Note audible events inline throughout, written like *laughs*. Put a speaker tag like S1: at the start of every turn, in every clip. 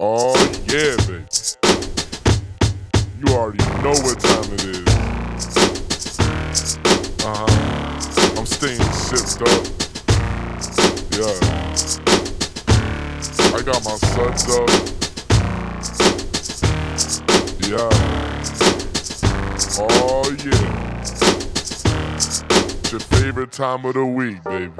S1: Oh, yeah, baby. You already know what time it is. Uh huh. I'm staying shipped up. Yeah. I got my suds up. Yeah. Oh, yeah. It's your favorite time of the week, baby.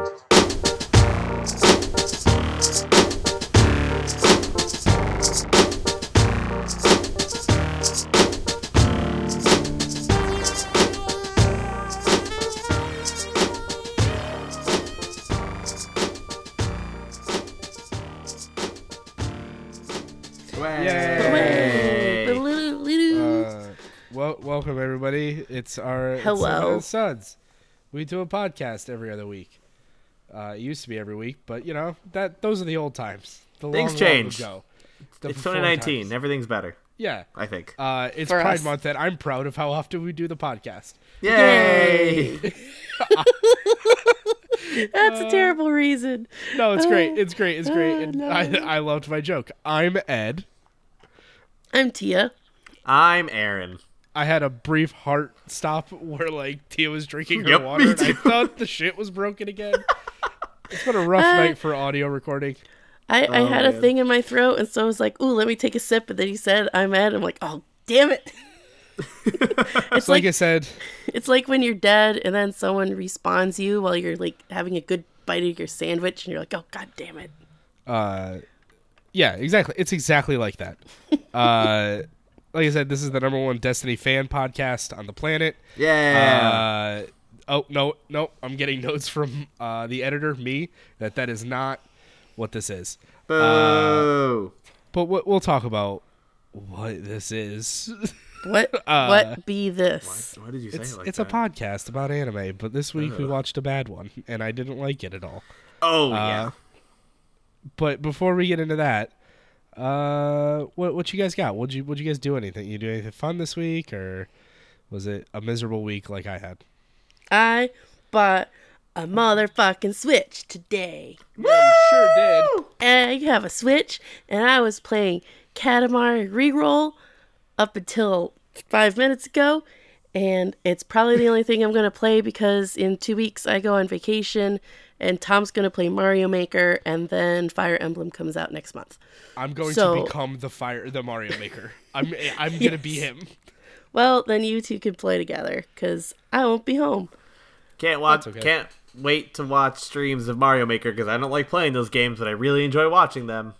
S2: Yay!
S3: Uh, well, welcome everybody. It's our it's
S2: Hello.
S3: Seven and Sons. We do a podcast every other week. Uh, it used to be every week, but you know that those are the old times. The
S4: Things
S3: long
S4: changed.
S3: Ago, The
S4: It's
S3: before
S4: 2019.
S3: times.
S4: Everything's better,
S3: Yeah,
S4: I think.
S3: uh, it's
S2: For
S3: Pride
S2: us.
S3: Month, and I'm proud of how often we do the podcast.
S4: Yay!
S2: That's a terrible reason.
S3: No, it's great. It's great. It's great. And
S2: Uh, no.
S3: I, I loved my joke. I'm Ed.
S2: I'm Tia.
S4: *laughs* I'm Aaron.
S3: I had a brief heart stop where like Tia was drinking her
S4: Yep, me
S3: water. and I
S4: too.
S3: thought the shit was
S4: *laughs*
S3: broken again. it's been a rough
S2: Uh,
S3: night for audio recording.
S2: I, I
S4: Oh,
S2: had a
S4: man.
S2: thing in my throat, and so I was like, "Ooh, let me take a sip." And then he said, "I'm Ed." I'm like, "Oh, damn it!" it's
S3: Like,
S2: like,
S3: I said,
S2: it's like when you're dead, and then someone responds you while you're like having a good bite of your sandwich, and you're like, "Oh, god damn it!"
S3: uh, yeah, exactly. It's exactly like that. Uh, like I said, this is the number one Destiny fan podcast on the planet.
S4: Yeah.
S3: Uh, oh no, no, I'm getting notes from uh, the editor, me, that that is not what this is.
S4: Boo.
S3: But what we'll talk about what this is.
S2: What what be this?
S4: Why did you say
S3: It's,
S4: it like
S3: it's a
S4: that?
S3: podcast about anime, but this week we watched a bad one, and I didn't like it at all.
S4: Oh
S3: Uh,
S4: yeah.
S3: But before we get into that, uh, what what you guys got? Would you would you guys do anything? You do anything fun this week, or was it a miserable week like I had?
S2: I bought a motherfucking switch today.
S3: sure did.
S2: and I have a Switch, and I was playing Katamari Reroll up until five minutes ago, and it's probably the only thing I'm gonna play because in two weeks I go on vacation, and Tom's gonna play Mario Maker, and then Fire Emblem comes out next month.
S3: I'm going to
S2: So-
S3: become the fire the Mario Maker. I'm eh, I'm gonna be him.
S2: Well, then you two can play together because I won't be home.
S4: Can't watch.
S3: okay.
S4: Can't wait to watch streams of Mario Maker because I don't like playing those games, but I really enjoy watching them.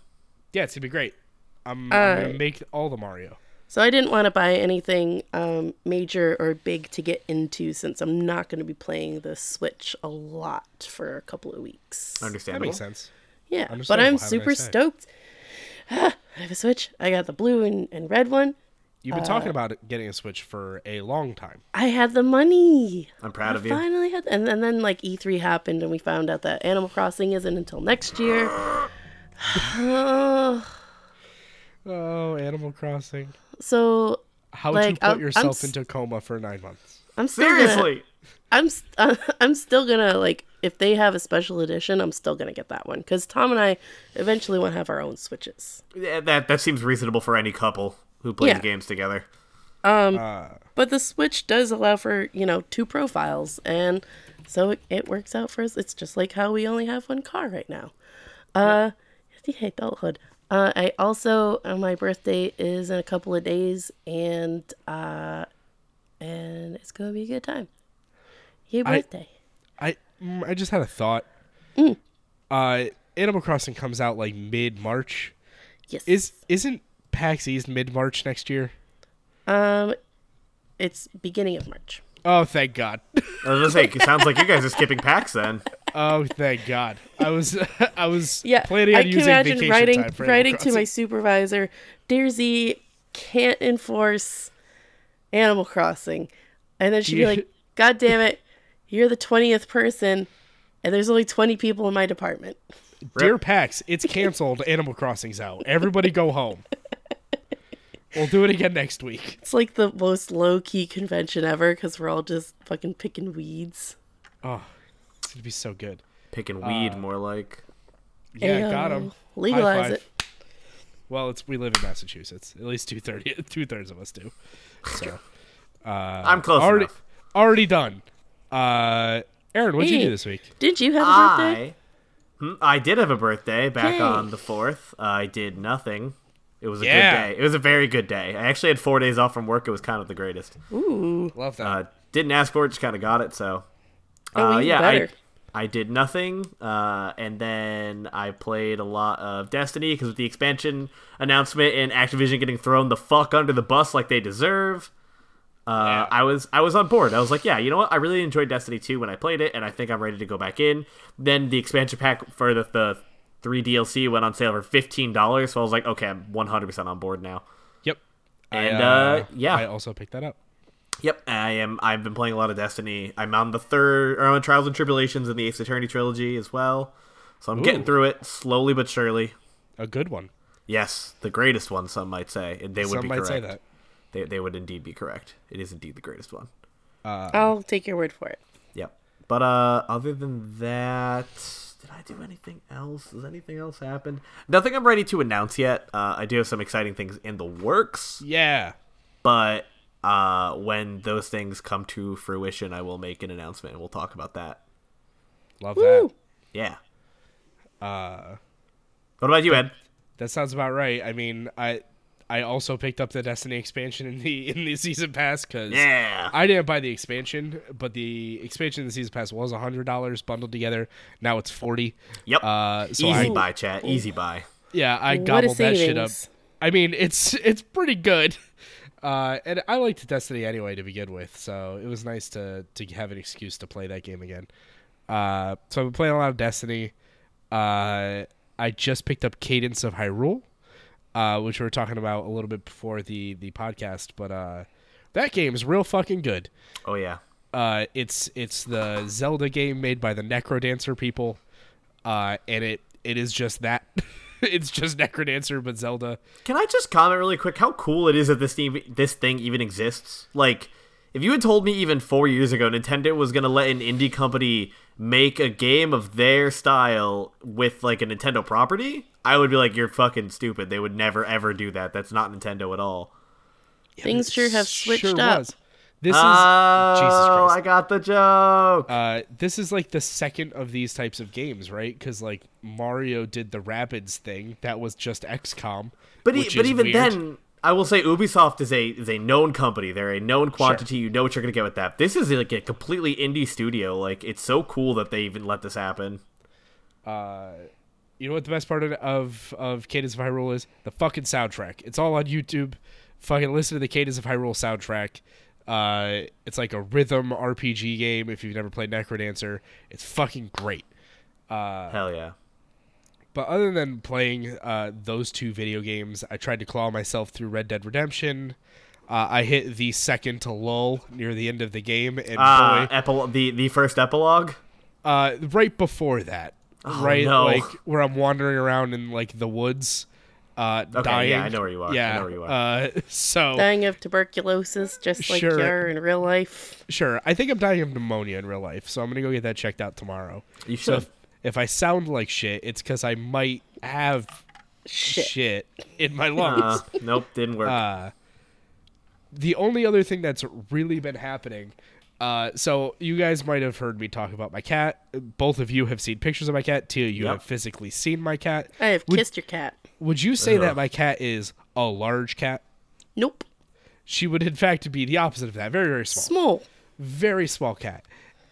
S3: Yeah, it's gonna be great. I'm, I'm gonna
S2: Alright.
S3: make all the Mario.
S2: So I didn't want to buy anything um, major or big to get into since I'm not going to be playing the Switch a lot for a couple of weeks.
S3: That
S4: Understandable.
S3: makes sense.
S2: Yeah, but
S3: Understandable.
S2: I'm
S3: Have a
S2: super
S3: nice day.
S2: stoked. *sighs* I have a Switch. I got the blue and, and red one.
S3: You've been talking about it- getting a Switch for a long time.
S2: I had the money.
S4: I'm proud of you.
S2: Finally had, and, and then like E3 happened, and we found out that Animal Crossing isn't until next year. *sighs* Ugh.
S3: Oh, Animal Crossing.
S2: so
S3: How would you
S2: Like,
S3: put
S2: I'm- I'm
S3: yourself
S2: s-
S3: into coma for nine months?
S2: I'm still Gonna,
S4: Seriously. *laughs*
S2: I'm s- uh, *laughs* I'm still gonna like if they have a special edition, I'm still gonna get that one because Tom and I eventually want to have our own switches.
S4: Yeah, that that seems reasonable for any couple who plays
S2: Yeah.
S4: games together.
S2: But the Switch does allow for, you know, two profiles. And so it, it works out for us. It's just like how we only have one car right now. Uh, yeah, adulthood. Uh, I also, uh, my birthday is in a couple of days and, uh, and it's going to be a good time. Your
S3: I-
S2: birthday.
S3: I mm, I just had a thought.
S2: Mm.
S3: Uh, Animal Crossing comes out like mid March.
S2: yes.
S3: Is isn't PAX East mid March next year?
S2: um, it's beginning of March.
S3: Oh, thank God. *laughs*
S4: I was gonna say, it sounds like you guys are skipping packs then.
S3: oh, thank God. I was *laughs* I was
S2: Yeah,
S3: planning on
S2: I can
S3: using
S2: imagine
S3: vacation
S2: writing
S3: time for Animal
S2: writing to my
S3: Crossing.
S2: supervisor, Dear Z, can't enforce Animal Crossing, and then she'd be
S3: Yeah. *laughs*
S2: like, "God damn it, you're the twentieth person, and there's only twenty people in my department."
S3: Dear PAX, it's canceled. Animal Crossing's out. Everybody go
S2: *laughs*
S3: home. We'll do it again next week.
S2: It's like the most low key convention ever because we're all just fucking picking weeds.
S3: Oh, it's gonna be so good. Uh,
S4: Picking weed, more like.
S3: Yeah,
S2: Ayo.
S3: got him.
S2: Legalize uh, it.
S3: Well, it's we live in Massachusetts. At least two thirty, *laughs* two thirds of us do. So
S4: I'm close
S3: uh, already,
S4: enough.
S3: already done. Uh, Aaron, what'd you
S2: Hey.
S3: do this week?
S2: Did you have a birthday?
S4: I, Hmm, I did have a birthday back
S2: Yay.
S4: on the fourth. I did nothing. It was a
S3: Yeah.
S4: good day. It was a very good day. I actually had four days off from work. It was kind of the greatest.
S2: Ooh.
S3: Love that.
S4: Uh, didn't ask for it. Just kind of got it. So,
S2: Oh,
S4: uh,
S2: even
S4: yeah,
S2: better.
S4: I, I did nothing. Uh, and then I played a lot of Destiny because with the expansion announcement and Activision getting thrown the fuck under the bus like they deserve. Uh, I was I was on board. I was like, yeah, you know what? I really enjoyed Destiny 2 when I played it, and I think I'm ready to go back in. Then the expansion pack for the, the three DLC went on sale for fifteen dollars, so I was like, okay, I'm 100 percent on board now.
S3: yep.
S4: and, uh, yeah.
S3: I also picked that up.
S4: Yep, I am. I've been playing a lot of Destiny. I'm on the third, or I'm on Trials and Tribulations in the Ace Attorney trilogy as well. So I'm getting
S3: Ooh.
S4: through it slowly but surely.
S3: A good one.
S4: Yes, the greatest one, some might say. They would
S3: Some
S4: be
S3: might
S4: correct.
S3: say that.
S4: They, they would indeed be correct. It is indeed the greatest one.
S2: I'll take your word for it.
S4: Yep. But uh, other than that, did I do anything else? Has anything else happened? Nothing I'm ready to announce yet. Uh, I do have some exciting things in the works,
S3: Yeah.
S4: but uh, when those things come to fruition, I will make an announcement and we'll talk about that.
S3: Love
S2: Woo.
S3: that.
S4: Yeah. Uh,
S3: Uh,
S4: what about you, Ed?
S3: That sounds about right. I mean, I I also picked up the Destiny expansion in the *laughs* in the season pass because
S4: Yeah.
S3: I didn't buy the expansion, but the expansion in the season pass was hundred dollars bundled together. Now it's forty.
S4: Yep.
S3: Uh, so
S4: Easy
S3: I,
S4: buy, chat. Easy buy.
S3: yeah, I
S2: What a
S3: gobbled that shit up.
S2: savings.
S3: I mean, it's *laughs* it's pretty good. Uh, and I liked Destiny anyway to begin with, so it was nice to to have an excuse to play that game again. Uh, so I've been playing a lot of Destiny. Uh, I just picked up Cadence of Hyrule, uh, which we were talking about a little bit before the the podcast, but uh, that game is real fucking good.
S4: Oh yeah.
S3: Uh, it's it's the Zelda game made by the NecroDancer people, uh, and it it is just that. *laughs* it's just NecroDancer but Zelda.
S4: Can I just comment really quick how cool it is that this thing, this thing even exists? Like, if you had told me even four years ago Nintendo was gonna let an indie company make a game of their style with like a Nintendo property, I would be like, "You're fucking stupid. They would never ever do that. That's not Nintendo at all."
S2: Things sure have switched up.
S3: This is Jesus
S4: Oh,
S3: Christ.
S4: I got the joke.
S3: uh, this is like the second of these types of games, right? Because like Mario did the Rabbids thing, that was just XCOM.
S4: But, e-
S3: which
S4: but
S3: is
S4: even
S3: weird.
S4: then, I will say Ubisoft is a is a known company. They're a known quantity. You know what you're gonna get with that. This is like a completely indie studio. Like it's so cool that they even let this happen.
S3: you know what the best part of of, of Cadence of Hyrule is? The fucking soundtrack. It's all on YouTube. Fucking listen to the Cadence of Hyrule soundtrack. Uh, it's like a rhythm RPG game. If you've never played Necrodancer, it's fucking great. Uh,
S4: Hell yeah.
S3: But other than playing uh, those two video games, I tried to claw myself through Red Dead Redemption. Uh, I hit the second to lull near the end of the game, and
S4: Uh,
S3: boy,
S4: epil- the the first epilogue.
S3: uh, right before that, right
S4: Oh, no.
S3: like where I'm wandering around in like the woods, uh, dying.
S4: yeah, I know where you are. I
S3: Yeah,
S4: know where you
S3: Uh, *laughs* so
S2: Dying of tuberculosis, just like
S3: Sure.
S2: you are in real life.
S3: sure, I think I'm dying of pneumonia in real life, so I'm gonna go get that checked out tomorrow.
S4: You
S3: So
S4: should.
S3: if, if I sound like shit, it's because I might have
S2: Shit.
S3: shit in my lungs.
S4: *laughs*
S3: *laughs*
S4: Uh, nope, didn't work.
S3: Uh, the only other thing that's really been happening uh, so you guys might have heard me talk about my cat both of you have seen pictures of my cat too you
S4: Yep.
S3: have physically seen my cat
S2: I have
S3: would,
S2: kissed your cat.
S3: would you say that
S4: Ugh.
S3: my cat is a large cat
S2: Nope.
S3: she would in fact be the opposite of that very very small
S2: Small.
S3: very small cat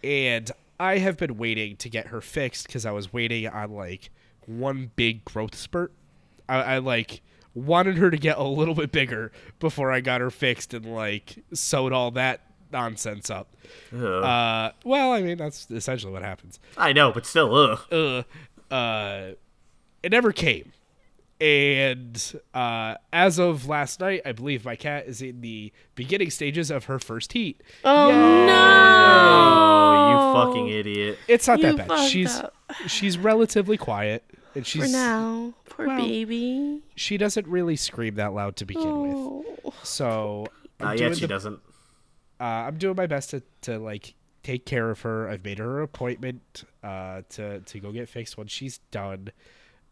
S3: and i have been waiting to get her fixed because i was waiting on like one big growth spurt I, I like wanted her to get a little bit bigger before i got her fixed and like sewed all that nonsense up
S4: Ugh.
S3: uh, well i mean that's essentially what happens
S4: I know, but still, ugh.
S3: uh, uh, it never came. And uh, as of last night, I believe my cat is in the beginning stages of her first heat.
S2: Oh
S4: Oh,
S2: no!
S4: you fucking idiot.
S3: It's not
S2: You
S3: that bad.
S2: fucked
S3: She's
S2: up.
S3: she's relatively quiet, and
S2: For
S3: she's
S2: now, poor
S3: Well,
S2: baby.
S3: she doesn't really scream that loud to begin
S2: Oh.
S3: with. So I'm,
S4: Not
S3: doing
S4: yet. She
S3: the-
S4: doesn't.
S3: uh, I'm doing my best to, to like take care of her. I've made her an appointment uh, to to go get fixed when she's done.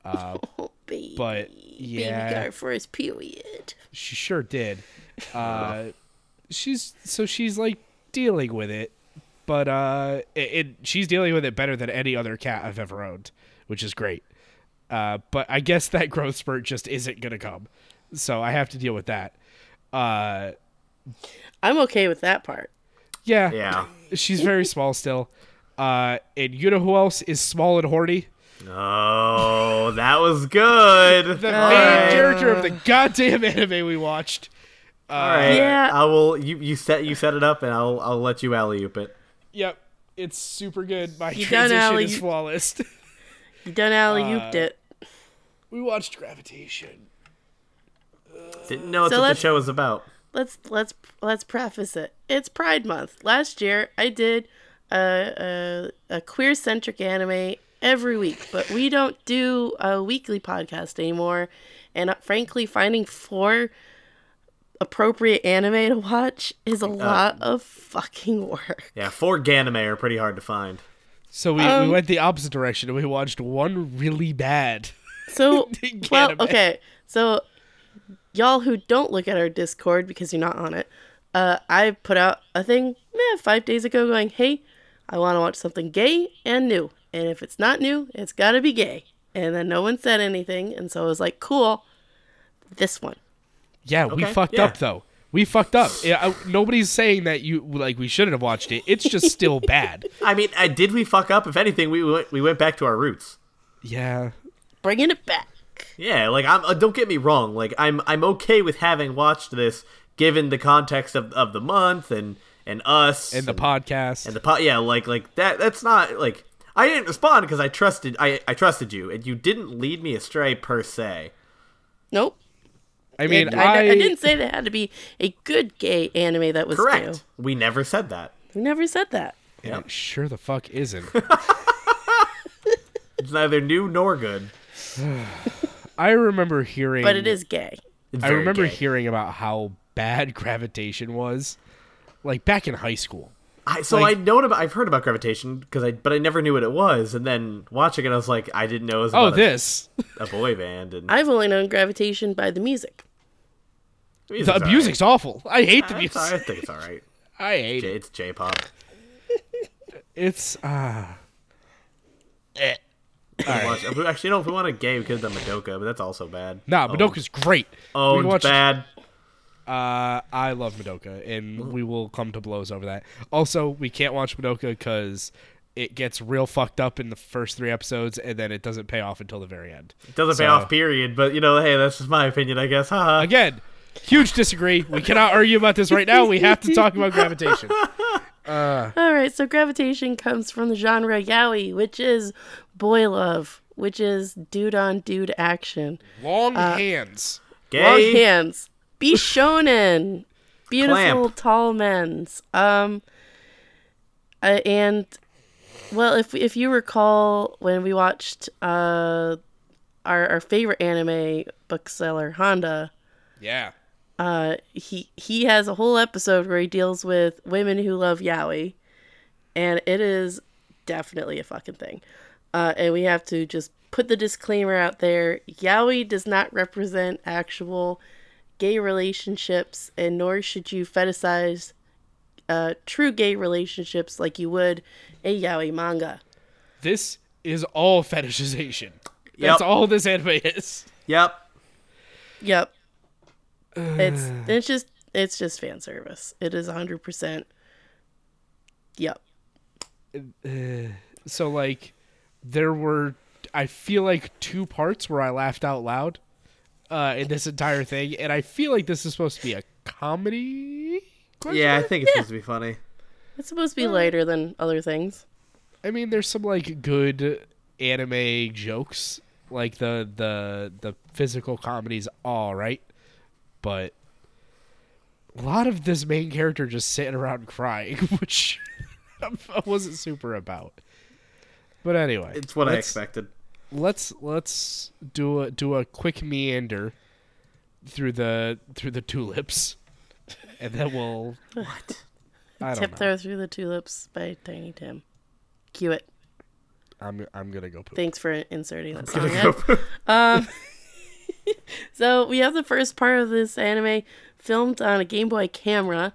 S2: Oh, baby.
S3: but Yeah.
S2: Baby got her first period.
S3: She sure
S2: *laughs*
S3: did. Uh, she's so she's like dealing with it, but uh, it, it she's dealing with it better than any other cat I've ever owned, which is great. Uh, but I guess that *laughs* growth spurt just isn't gonna come, so I have to deal with that. Uh,
S2: I'm okay with that part.
S3: yeah,
S4: Yeah.
S3: she's very small still. Uh, and you know who else is small and horny?
S4: Oh, that was good.
S3: *laughs* The
S4: All
S3: main
S4: right.
S3: character of the goddamn *laughs* anime we watched.
S4: All right.
S2: Yeah.
S4: I will. You you set you set it up, and I'll I'll let you alley oop it.
S3: Yep. It's super good. My
S2: You done,
S3: transition
S2: Ally?
S3: is
S2: You-
S3: flawless. *laughs*
S2: You done alley
S3: Uh,
S2: ooped it.
S3: we watched Gravitation.
S4: Didn't know that's
S2: So
S4: what the
S2: let's-
S4: show was about.
S2: Let's let's let's preface it. It's Pride Month. Last year I did a a, a queer centric anime every week, but we don't do a weekly podcast anymore. And uh, frankly, finding four appropriate anime to watch is a lot of fucking work.
S4: Yeah, four Ganame are pretty hard to find.
S3: So we, we went the opposite direction and we watched one really bad. *laughs*
S2: So,
S3: Didn't
S2: well,
S3: get 'em.
S2: okay. So, y'all who don't look at our Discord because you're not on it, uh, I put out a thing eh, five days ago going, hey, I want to watch something gay and new. And if it's not new, it's got to be gay. And then no one said anything. And so I was like, cool, this one.
S3: Yeah, we
S4: Okay,
S3: fucked
S4: yeah.
S3: up though. We fucked up. Yeah, I- nobody's saying that you like we shouldn't have watched it. It's just still bad.
S4: I mean, I, did we fuck up? If anything, we went we went back to our roots.
S3: *laughs* Yeah.
S2: Bringing it back.
S4: Yeah, like I'm. Uh, don't get me wrong. Like I'm. I'm okay with having watched this, given the context of, of the month and and us
S3: And the podcast.
S4: and the pot. Yeah, like like that. That's not like I didn't respond because I trusted. I I trusted you, and you didn't lead me astray per se.
S2: Nope.
S3: I mean,
S2: I,
S3: I,
S2: didn't say there had to be a good gay anime that was
S4: Correct.
S2: new.
S4: We never said that.
S2: We never said that.
S3: and it sure the fuck isn't.
S4: It's neither new nor good.
S3: *laughs* I remember hearing
S2: But it is gay.
S4: It's
S3: I
S4: very
S3: remember
S4: gay.
S3: hearing about how bad gravitation was like back in high school.
S4: I, so
S3: like-
S4: I know about. I've heard about gravitation because I, but I never knew what it was. And then watching it, I was like, I didn't know it was
S3: Oh,
S4: about a-
S3: this.
S4: a, boy band and
S2: I've only known gravitation by the music.
S4: music's
S3: The
S4: all right.
S3: music's awful. I hate the
S4: It's
S3: music.
S4: all right. I think it's all right.
S3: I hate
S4: J-
S3: it.
S4: It's J-pop.
S3: It's uh
S4: Watch- if we- Actually, no. If we want a gay, we could have done Madoka, but that's also bad.
S3: nah,
S4: Oh.
S3: Madoka's great.
S4: Oh,
S3: We
S4: it's
S3: watched-
S4: bad.
S3: Uh, I love Madoka, and we will come to blows over that. Also, we can't watch Madoka because it gets real fucked up in the first three episodes, and then it doesn't pay off until the very end.
S4: It doesn't pay
S3: So-
S4: off. Period. But you know, hey, that's just my opinion, I guess. Haha.
S3: Again, huge disagree. We cannot argue about this right now. We have to talk about
S4: *laughs*
S3: gravitation.
S2: All right, so gravitation comes from the genre yaoi, which is boy love, which is dude on dude action.
S3: Long hands.
S2: Long
S4: Gay.
S2: hands. Be shonen. Beautiful
S4: Clamp.
S2: tall men's. Um uh, and well, if if you recall when we watched uh our, our favorite anime bookseller Honda,
S3: Yeah.
S2: uh, he he has a whole episode where he deals with women who love yaoi, and it is definitely a fucking thing. Uh, and we have to just put the disclaimer out there: yaoi does not represent actual gay relationships, and nor should you fetishize uh, true gay relationships like you would a yaoi manga.
S3: This is all fetishization.
S4: Yep.
S3: That's all this anime is.
S4: Yep.
S2: Yep. It's it's just it's just fan service. It is hundred percent. Yep.
S3: So like there were I feel like two parts where I laughed out loud uh in this entire thing and I feel like this is supposed to be a comedy. question
S4: Yeah, I
S3: mark?
S4: think it's supposed to be funny.
S2: It's supposed to be lighter than other things.
S3: I mean there's some like good anime jokes like the the the physical comedy's all right but a lot of this main character just sitting around *laughs* crying which *laughs* I wasn't super about. But anyway,
S4: It's what I
S3: let's-
S4: expected.
S3: let's let's do a do a quick meander through the through the tulips, *laughs* and then we'll what I don't know.
S2: Tiptoe Through the Tulips by Tiny Tim. Cue it.
S3: I'm I'm gonna go poop. Oh,
S2: Thanks for inserting that song. in. Um, So we have the first part of this anime filmed on a Game Boy camera.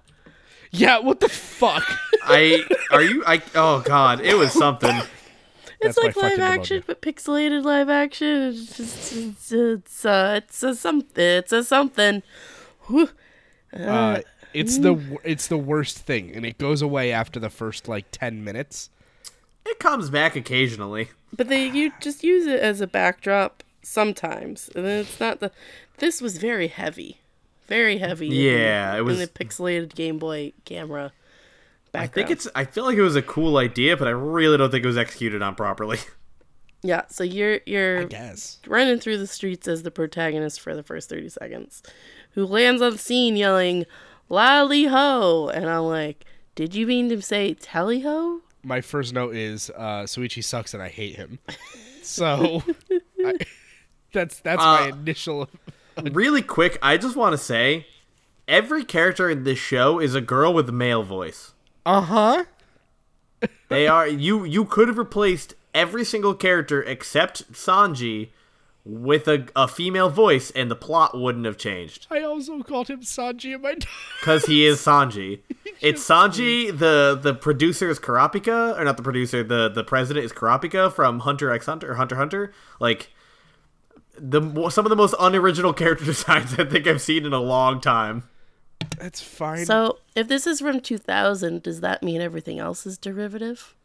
S3: Yeah, what the fuck?
S4: *laughs* I are you? I oh god, it was something.
S3: *laughs*
S2: It's
S3: That's my
S2: like live
S3: fucking
S2: action,
S3: pneumonia.
S2: but pixelated live action. It's just it's it's uh, it's a something. It's a something. Whew.
S3: *laughs* Uh, it's *laughs* the w- it's the worst thing, and it goes away after the first like ten minutes.
S4: It comes back occasionally.
S2: But they you just use it as a backdrop sometimes, and then it's not the. This was very heavy, very heavy. in-
S4: Yeah, it was-
S2: in the pixelated Game Boy camera.
S4: I
S2: Background.
S4: think it's. I feel like it was a cool idea, but I really don't think it was executed on properly.
S2: yeah. So you're you're
S3: Yes.
S2: running through the streets as the protagonist for the first 30 seconds, who lands on scene yelling, Lally Ho! And I'm like, did you mean to say Tally Ho?
S3: My first note is uh, Suichi sucks, and I hate
S2: *laughs*
S3: him. So I, that's that's
S2: Uh,
S3: my initial.
S4: really quick, I just want to say, every character in this show is a girl with a male voice.
S3: Uh
S2: uh-huh.
S3: huh.
S4: They are you. You could have replaced every single character except Sanji with a, a female voice, and the plot wouldn't have changed
S3: I also called him Sanji in my. *laughs*
S4: because he is Sanji. It's Sanji. the The producer is Karapika, or not the producer. the The president is Karapika from Hunter X Hunter or Hunter x Hunter. Like the mo- some of the most unoriginal *laughs* character designs I think I've seen in a long time.
S3: That's fine.
S2: So, if this is from 2000, does that mean everything else is derivative?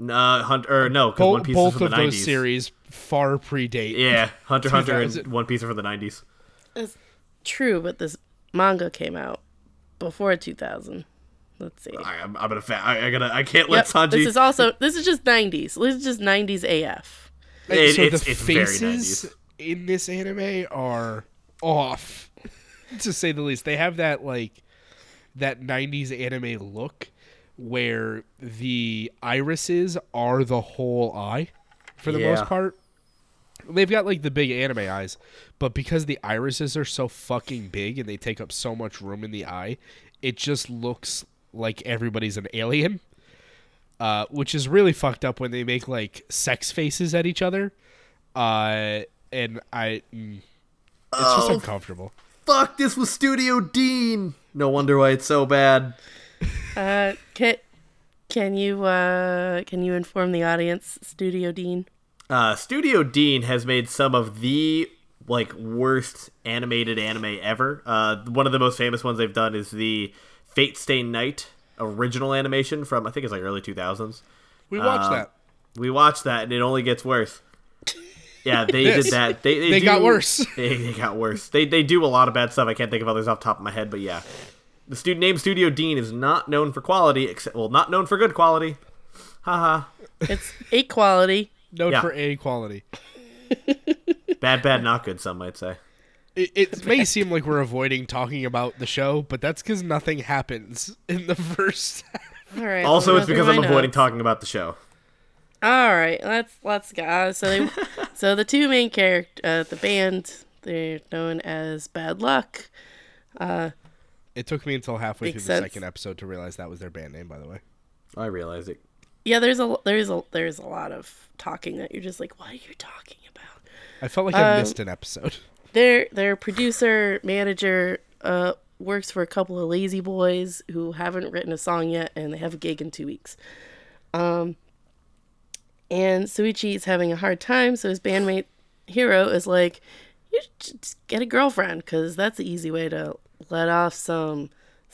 S4: Uh, Hunter, or no, because
S3: Bo-
S4: One Piece is
S3: both
S4: from
S3: of
S4: the
S3: those
S4: nineties.
S3: series far predate.
S4: Yeah, Hunter x Hunter and
S3: 2000.
S4: One Piece are from the nineties.
S2: That's true, but this manga came out before 2000. Let's see.
S4: I, I'm, I'm gonna. Fa- I, I gotta. I can't
S2: Yep,
S4: let Sanji.
S2: this is also this is just 90s. This is just 90s AF.
S3: And
S4: It-
S3: so
S4: it's-
S3: the
S4: it's very
S3: faces
S4: 90s.
S3: in this anime are off, *laughs* to say the least. They have that like that '90s anime look where the irises are the whole eye, for the most
S4: Yeah.
S3: part. They've got like the big anime eyes, but because the irises are so fucking big and they take up so much room in the eye, it just looks like everybody's an alien uh, which is really fucked up when they make like sex faces at each other. Uh, and I, mm, it's just
S4: Oh.
S3: uncomfortable.
S4: Fuck! This was Studio Dean. No wonder why it's so bad.
S2: Uh, can, can you uh, can you inform the audience, Studio Dean?
S4: Uh, Studio Dean has made some of the like worst animated anime ever. Uh, one of the most famous ones they've done is the Fate Stay Night original animation from I think it's like early two thousands.
S3: We
S4: Uh,
S3: watched that.
S4: We watched that and it only gets worse. Yeah, they
S3: Yes.
S4: did that. They, they,
S3: They
S4: do-
S3: got worse.
S4: *laughs* They, they got worse. They, they do a lot of bad stuff. I can't think of others off the top of my head, but yeah. The student name Studio Dean is not known for quality, except well, not known for good quality. Haha.
S2: It's equality.
S3: Note
S4: yeah.
S3: for A quality.
S4: Bad, bad, not good. Some might say.
S3: It, it may seem like we're avoiding talking about the show, but that's because nothing happens in the *laughs* first.
S2: All right.
S4: Also,
S2: we'll
S4: it's
S2: go
S4: because
S2: through
S4: I'm
S2: my
S4: avoiding
S2: notes.
S4: talking about the show.
S2: All right, let's let's go. Uh, So *laughs* they, so the two main character, uh, the band, they're known as Bad Luck.
S3: it took me until halfway
S2: Makes
S3: through the
S2: sense.
S3: second episode to realize that was their band name. By the way,
S4: I realize it.
S2: Yeah, there's a there's a there's a lot of talking that you're just like, what are you talking about?
S3: I felt like
S2: Um,
S3: I missed an episode. *laughs*
S2: their their producer manager uh works for a couple of lazy boys who haven't written a song yet and they have a gig in two weeks um and suichi is having a hard time so his bandmate hero is like you should just get a girlfriend because that's the easy way to let off some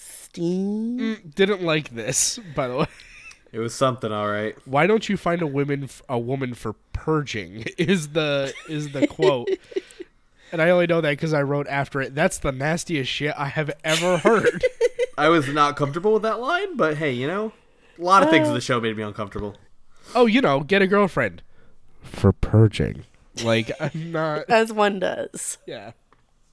S2: steam
S3: Didn't like this. By the way,
S4: It was something, all right.
S3: why don't you find a woman f- a woman for purging *laughs* is the is the quote
S2: *laughs*
S3: and i only know that because i wrote after it that's the nastiest shit i have ever
S2: *laughs*
S3: heard
S4: I was not comfortable with that line, but hey, you know, a lot of things
S2: Uh,
S4: in the show made me uncomfortable.
S3: oh you know get a girlfriend for purging like i'm not
S2: as one does
S3: yeah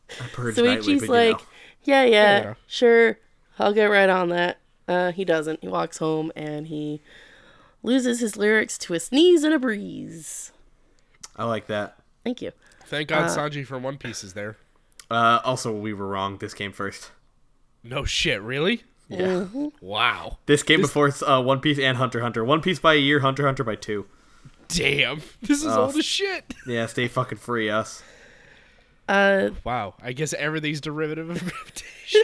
S4: I purge nightly, but,
S2: Suichi's
S4: you
S2: like,
S4: know.
S2: yeah, yeah,
S3: yeah.
S2: sure, I'll get right on that. Uh, he doesn't. He walks home and he loses his lyrics to a sneeze and a breeze.
S4: I like that.
S2: Thank you.
S3: thank god
S2: Uh,
S3: sanji from one piece is there
S4: Uh, also, we were wrong. This came first.
S3: no shit really
S4: Yeah.
S3: wow
S4: This came before uh, One Piece and Hunter x Hunter. One Piece by a year, Hunter x Hunter by two.
S3: Uh, damn *laughs* this is old as shit
S4: Yeah, stay fucking free, us.
S2: Uh,
S3: Wow. I guess everything's derivative of
S2: *laughs*
S3: gravitation.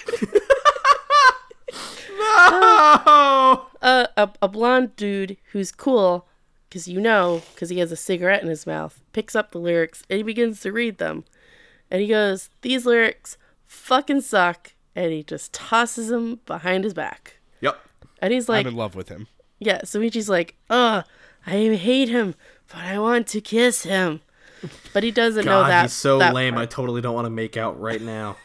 S4: Oh,
S2: a, Uh, a, a blonde dude who's cool, because you know, because he has a cigarette in his mouth, picks up the lyrics and he begins to read them. And he goes, These lyrics fucking suck. And he just tosses them behind his back.
S4: yep.
S2: And he's like,
S3: I'm in love with him.
S2: Yeah, Sumichi's like, Ugh, I hate him, but I want to kiss him. But he doesn't know
S4: God,
S2: that.
S4: he's so
S2: that
S4: lame. I
S2: part.
S4: totally don't want to make out right now.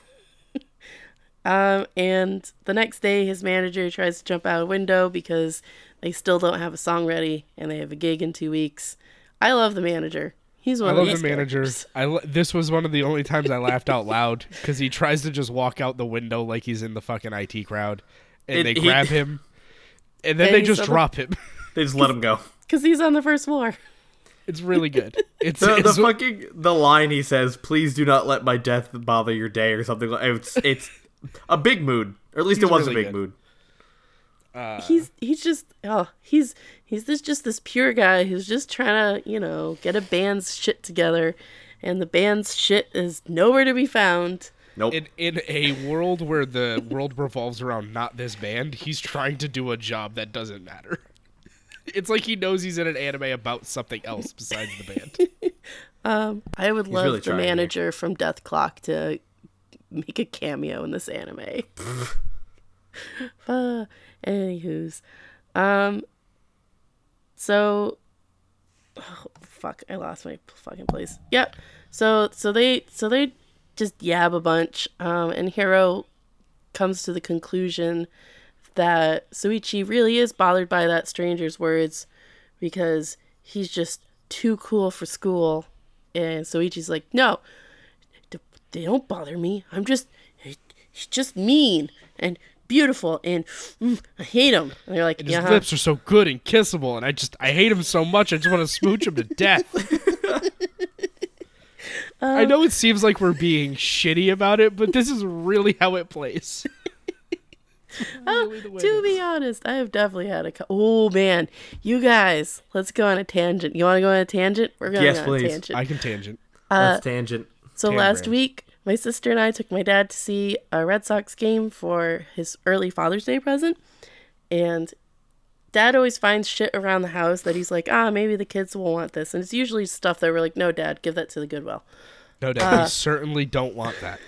S2: Um, and the next day, his manager tries to jump out a window because they still don't have a song ready and they have a gig in two weeks. I love the manager. He's one
S3: I
S2: of
S3: love
S2: the
S3: the manager. I l- this was one of the only times I laughed out loud because he tries to just walk out the window like he's in the fucking IT crowd, and
S4: It-
S3: they
S4: he-
S3: grab him, and then
S2: And
S3: they
S2: he's
S3: just
S2: on the-
S3: drop him. *laughs*
S4: They just let him go.
S2: because he's on the first floor.
S3: It's really good.
S2: *laughs*
S3: It's,
S4: The, the
S3: *laughs* it's
S4: fucking the line he says, "Please do not let my death bother your day" or something. like It's it's a big mood, or at least it
S3: He's
S4: was
S3: really
S4: a big
S3: good.
S4: mood. Uh.
S2: he's he's just oh he's he's this just this pure guy who's just trying to you know get a band's shit together, and the band's shit is nowhere to be found.
S4: Nope.
S3: in in a world where the world revolves around not this band. He's trying to do a job that doesn't matter. *laughs* It's like he knows he's in an anime about something else besides the
S2: *laughs*
S3: band.
S2: I would love
S4: really
S2: the
S4: trying here.
S2: manager from Death Clock to make a cameo in
S4: *laughs*
S2: this anime. uh, anywho's, um, so oh, fuck, I lost my p- fucking place. Yep. So so they so they just yab a bunch, um, and Hiro comes to the conclusion that Suichi really is bothered by that stranger's words because he's just too cool for school. And Soichi's like, no, d- they don't bother me. I'm just, he's just mean and beautiful, and mm, I hate him. And they're like,
S3: His
S2: yeah,
S3: lips are so good and kissable, and I just I hate him so much. I just want to smooch him to death.
S2: *laughs*
S3: I know it seems like we're being shitty about it, but this is really how it
S2: *laughs*
S3: plays.
S2: to be honest, I have definitely had a. Co- oh man, you guys, let's go on a tangent. You want to go on a tangent? We're going
S4: Yes,
S2: on a
S4: please.
S2: tangent.
S3: I can tangent.
S4: That's tangent.
S2: Uh, So
S3: Damn
S2: last
S3: brand.
S2: week, my sister and I took my dad to see a Red Sox game for his early Father's Day present. And dad always finds shit around the house that he's like, ah, maybe the kids will want this. And it's usually stuff that we're like, no, dad, give that to the Goodwill.
S3: No doubt,
S2: Uh.
S3: we certainly don't want that.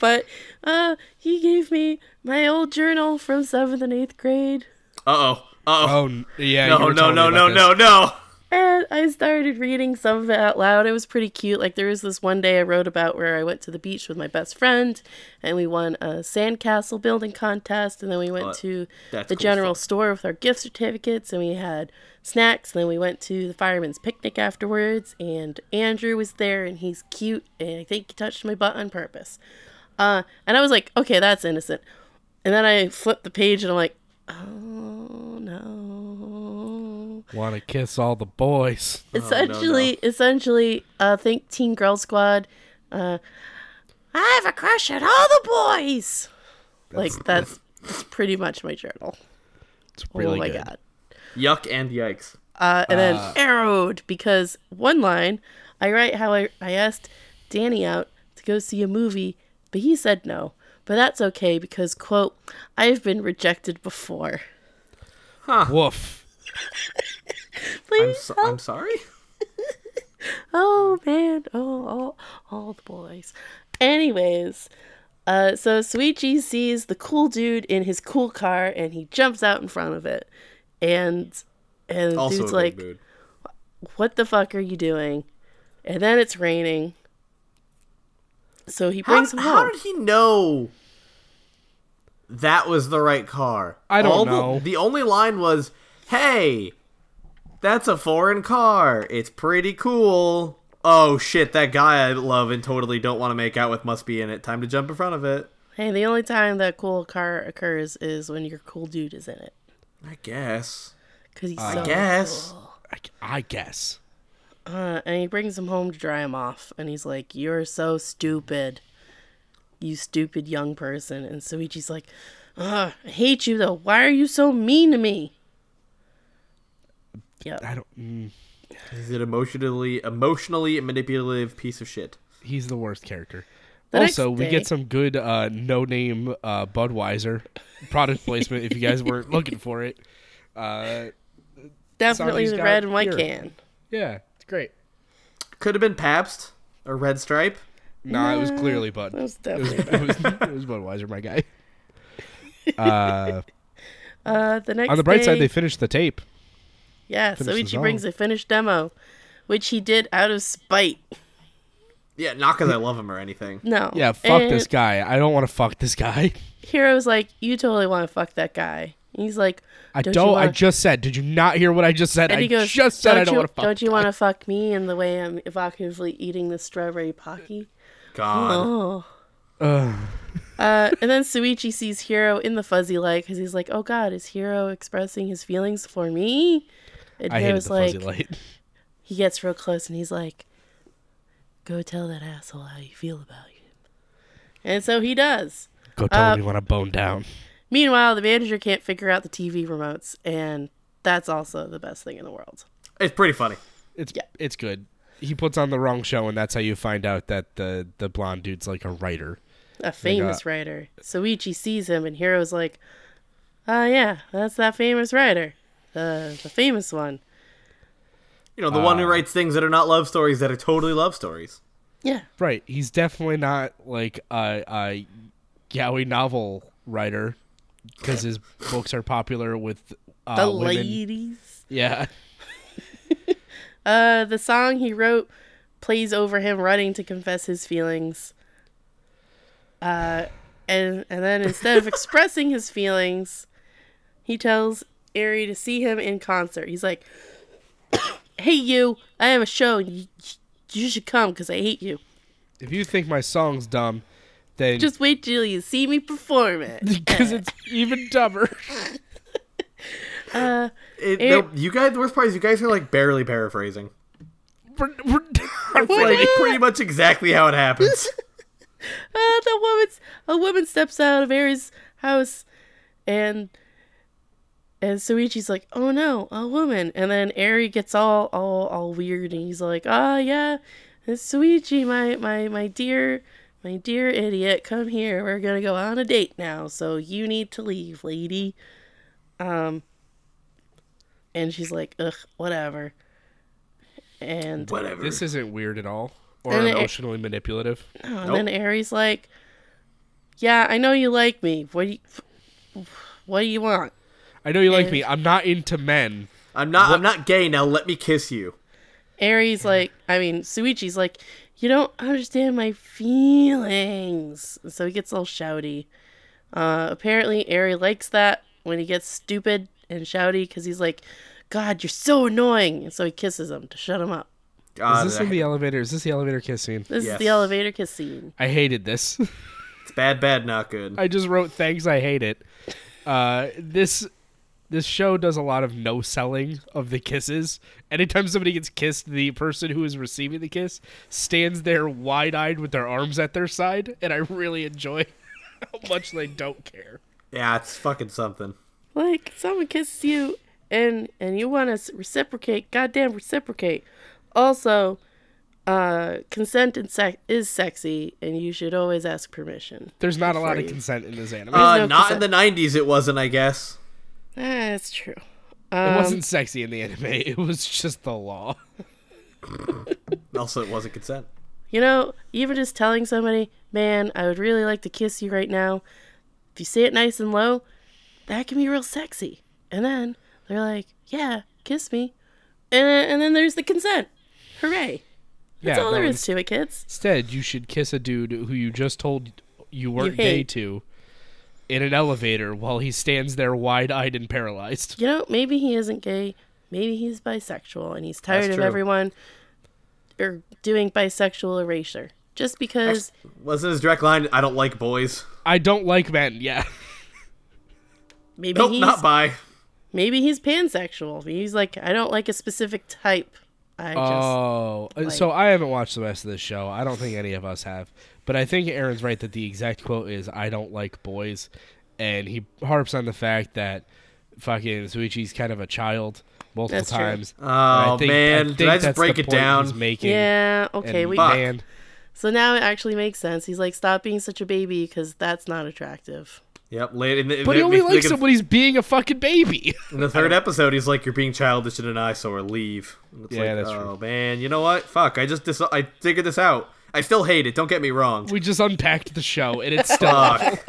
S2: But uh, he gave me my old journal from seventh and eighth grade.
S4: Uh oh. Uh
S3: Oh n- yeah,
S4: oh.
S3: you
S4: No no
S3: were telling me
S4: no
S3: about
S4: no
S3: this.
S4: no no.
S2: And I started reading some of it out loud. It was pretty cute. Like there was this one day I wrote about where I went to the beach with my best friend, and we won a sandcastle building contest, and then we went
S4: Uh,
S2: to the
S4: that's cool
S2: general store with our gift certificates, and we had snacks, and then we went to the fireman's picnic afterwards. And Andrew was there, and he's cute, and I think he touched my butt on purpose. Uh, and I was like, okay, that's innocent. And then I flipped the page, and I'm like, oh no.
S3: Want to kiss all the boys?
S2: Essentially, essentially, uh, think Teen Girl Squad. Uh, I have a crush on all the boys. like that's that's pretty much my journal.
S3: It's really
S2: oh my
S3: good.
S2: god!
S4: Yuck and yikes.
S2: Uh, and then arrowed because one line, I write how I I asked Danny out to go see a movie, but he said no. But that's okay because quote, I've been rejected before.
S3: Woof.
S4: I'm,
S2: Please
S4: so-
S2: help
S4: I'm sorry.
S2: Oh man, oh all, all the boys. Anyways, uh, so Suichi sees the cool dude in his cool car, and he jumps out in front of it, and and the
S4: Also a
S2: dude's
S4: big
S2: like,
S4: mood.
S2: "What the fuck are you doing?" And then it's raining, so he brings him
S4: how, how
S2: home.
S4: did he know that was the right car?
S3: I don't
S4: All the-
S3: know.
S4: The, only line was, "Hey, that's a foreign car. It's pretty cool." Oh shit! That guy I love and totally don't want to make out with must be in it. Time to jump in front of it.
S2: Hey, the only time that cool car occurs is when your cool dude is in it,
S4: I guess.
S2: because he's so
S4: I guess.
S2: Oh.
S3: I, I guess.
S2: Uh, and he brings him home to dry him off. And he's like, You're so stupid. You stupid young person. And Suichi's like, Ugh, I hate you though. Why are you so mean to me? Yep.
S3: I don't. mm.
S4: He's an emotionally emotionally manipulative piece of shit.
S3: he's the worst character.
S2: The next
S3: also, we
S2: day-
S3: get some good uh, no name uh, Budweiser product placement if you guys
S2: *laughs*
S3: weren't looking for it. Uh,
S2: Definitely
S3: Somebody's
S2: the
S3: got
S2: red and white
S3: beer.
S2: can.
S3: yeah, it's great.
S4: Could have been Pabst or Red Stripe.
S3: No, it was clearly Bud.
S2: That
S3: It
S2: was
S3: was,
S2: definitely.
S3: it was, it was Budweiser,
S2: *laughs*
S3: my guy.
S2: Uh, the next
S3: On the bright side,
S2: day-
S3: they finished the tape.
S2: yeah.
S3: finished the
S2: Soichi brings
S3: song.
S2: a finished demo, which he did out of spite.
S4: Yeah, not because I love him or anything.
S2: *laughs* No.
S3: Yeah, fuck
S2: And
S3: this guy. I don't want to fuck this guy.
S2: Hero's like, you totally want to fuck that guy. And he's like,
S3: I
S2: you
S3: don't. I
S2: wanna-"
S3: just said. Did you not hear what I just said?
S2: And
S3: I
S2: he goes,
S3: just said I don't
S2: you,
S3: want to fuck.
S2: Don't you want to fuck me in the way I'm evocatively eating the strawberry pocky?
S4: God.
S2: Oh. Uh, and then Suichi sees Hiro in the fuzzy light because he's like, "Oh God, is Hiro expressing his feelings for me?" And
S3: I hated
S2: Hiro's
S3: the
S2: like,
S3: fuzzy light. *laughs*
S2: he gets real close and he's like, "Go tell that asshole how you feel about him." And so he does.
S3: Go tell
S2: uh,
S3: him you want to bone down.
S2: Meanwhile, the manager can't figure out the TV remotes, and that's also the best thing in the world.
S4: It's pretty funny.
S3: It's
S2: Yeah.
S3: it's good. He puts on the wrong show, and that's how you find out that the the blonde dude's like a writer.
S2: A famous writer. Soichi sees him, and Hiro's like, "Ah, yeah, that's that famous writer, uh, the famous one."
S4: You know, the one who
S3: Uh,
S4: writes things that are not love stories that are totally love stories.
S2: Yeah.
S3: Right. He's definitely not like a, a yaoi novel writer because his books are popular with uh,
S2: the
S3: women.
S2: ladies.
S3: Yeah.
S2: Uh, the song he wrote plays over him running to confess his feelings. Uh, and and then instead of expressing his feelings, he tells Ari to see him in concert. He's like, *coughs* "Hey, you! I have a show. and You, you should come because I hate you.
S3: If you think my song's dumb, then *laughs*
S2: Just wait till you see me perform it."
S3: because it's even dumber. *laughs*
S4: It,
S2: It-
S4: the- you guys, the worst part is you guys are like barely paraphrasing.
S3: We're- we're-
S4: It's like
S3: *laughs*
S4: pretty much exactly how it happens.
S2: uh, the woman's a woman steps out of Aries' house, and and Soichi's like, "Oh no, a woman!" And then Ari gets all all all weird, and he's like, "Ah, yeah, it's Soichi, my my my dear." My dear idiot, come here. We're gonna go on a date now, so you need to leave, lady. Um, and she's like, "Ugh, whatever." And
S4: Whatever.
S3: this isn't weird at all or
S2: And it-
S3: emotionally manipulative.
S2: And then Aries like, "Yeah, I know you like me. What do you, what do you want?"
S3: I know you like me. I'm not into men.
S4: I'm not. I'm not gay now. Let me kiss you.
S2: Aries like, I mean, Suichi's like, "You don't understand my feelings." So he gets all shouty. Uh, apparently, Aries likes that when he gets stupid and shouty because he's like, "God, you're so annoying." And so he kisses him to shut him up.
S4: God,
S3: Is this
S4: I-
S3: in the elevator? Is this the elevator kiss scene?
S2: This is the
S4: Yes.
S2: elevator kiss scene.
S3: I hated this.
S4: it's bad, bad, not good.
S3: I just wrote thanks. I hate it. Uh, this this show does a lot of no selling of the kisses. Anytime somebody gets kissed, the person who is receiving the kiss stands there wide eyed with their arms at their side, and I really enjoy *laughs* how much they don't care.
S4: Yeah, it's fucking something.
S2: Like someone kisses you and and you want to reciprocate, goddamn reciprocate. Also, uh, consent and sex is sexy, and you should always ask permission.
S3: There's not a lot
S2: for
S3: of
S2: you.
S3: consent in this anime.
S4: Uh,
S2: no
S4: not in the '90s. It wasn't. I guess.
S2: That's true.
S3: it wasn't sexy in the anime. *laughs* It was just the law.
S4: Also, it wasn't consent.
S2: You know, even just telling somebody, "Man, I would really like to kiss you right now," if you say it nice and low, that can be real sexy. And then they're like, "Yeah, kiss me," and and then there's the consent. Hooray! That's
S3: yeah,
S2: all
S3: no,
S2: there is
S3: ins-
S2: to it, kids.
S3: Instead, you should kiss a dude who you just told you weren't gay
S2: hate.
S3: to in an elevator while he stands there wide eyed and paralyzed.
S2: you know, maybe he isn't gay. Maybe he's bisexual and he's tired
S4: That's
S2: of
S4: true.
S2: everyone or doing bisexual erasure. Just because
S4: Wasn't his direct line? I don't like boys.
S3: I don't like men. Yeah,
S2: maybe
S4: Nope,
S2: he's
S4: not bi.
S2: maybe he's pansexual. He's like, I don't like a specific type.
S3: *laughs*
S2: I just
S3: Oh, uh, so I haven't watched the rest of this show. I don't think any of us have, but I think Aaron's right that the exact quote is "I don't like boys," and he harps on the fact that fucking Suichi's kind of a child multiple
S2: That's true.
S3: times. And
S4: Oh, man. Did I just
S3: that's
S4: break
S3: the
S4: it
S3: point
S4: down?
S3: He's making.
S2: Yeah,
S3: And
S2: okay, we
S4: Fuck.
S3: man,
S2: So now it actually makes sense. He's like, stop being such a baby because that's not attractive.
S4: Yep. Late in the,
S3: But he only likes him when he's being a fucking baby. *laughs*
S4: In the third episode, he's like, "You're being childish and an eyesore. Leave." And It's
S3: Yeah,
S4: like,
S3: that's
S4: oh,
S3: true.
S4: man, you know what? Fuck. I just dis- I figured this out. I still hate it. Don't get me wrong.
S3: we just unpacked the show
S4: *laughs*
S3: and it's still
S2: *laughs*
S4: Fuck.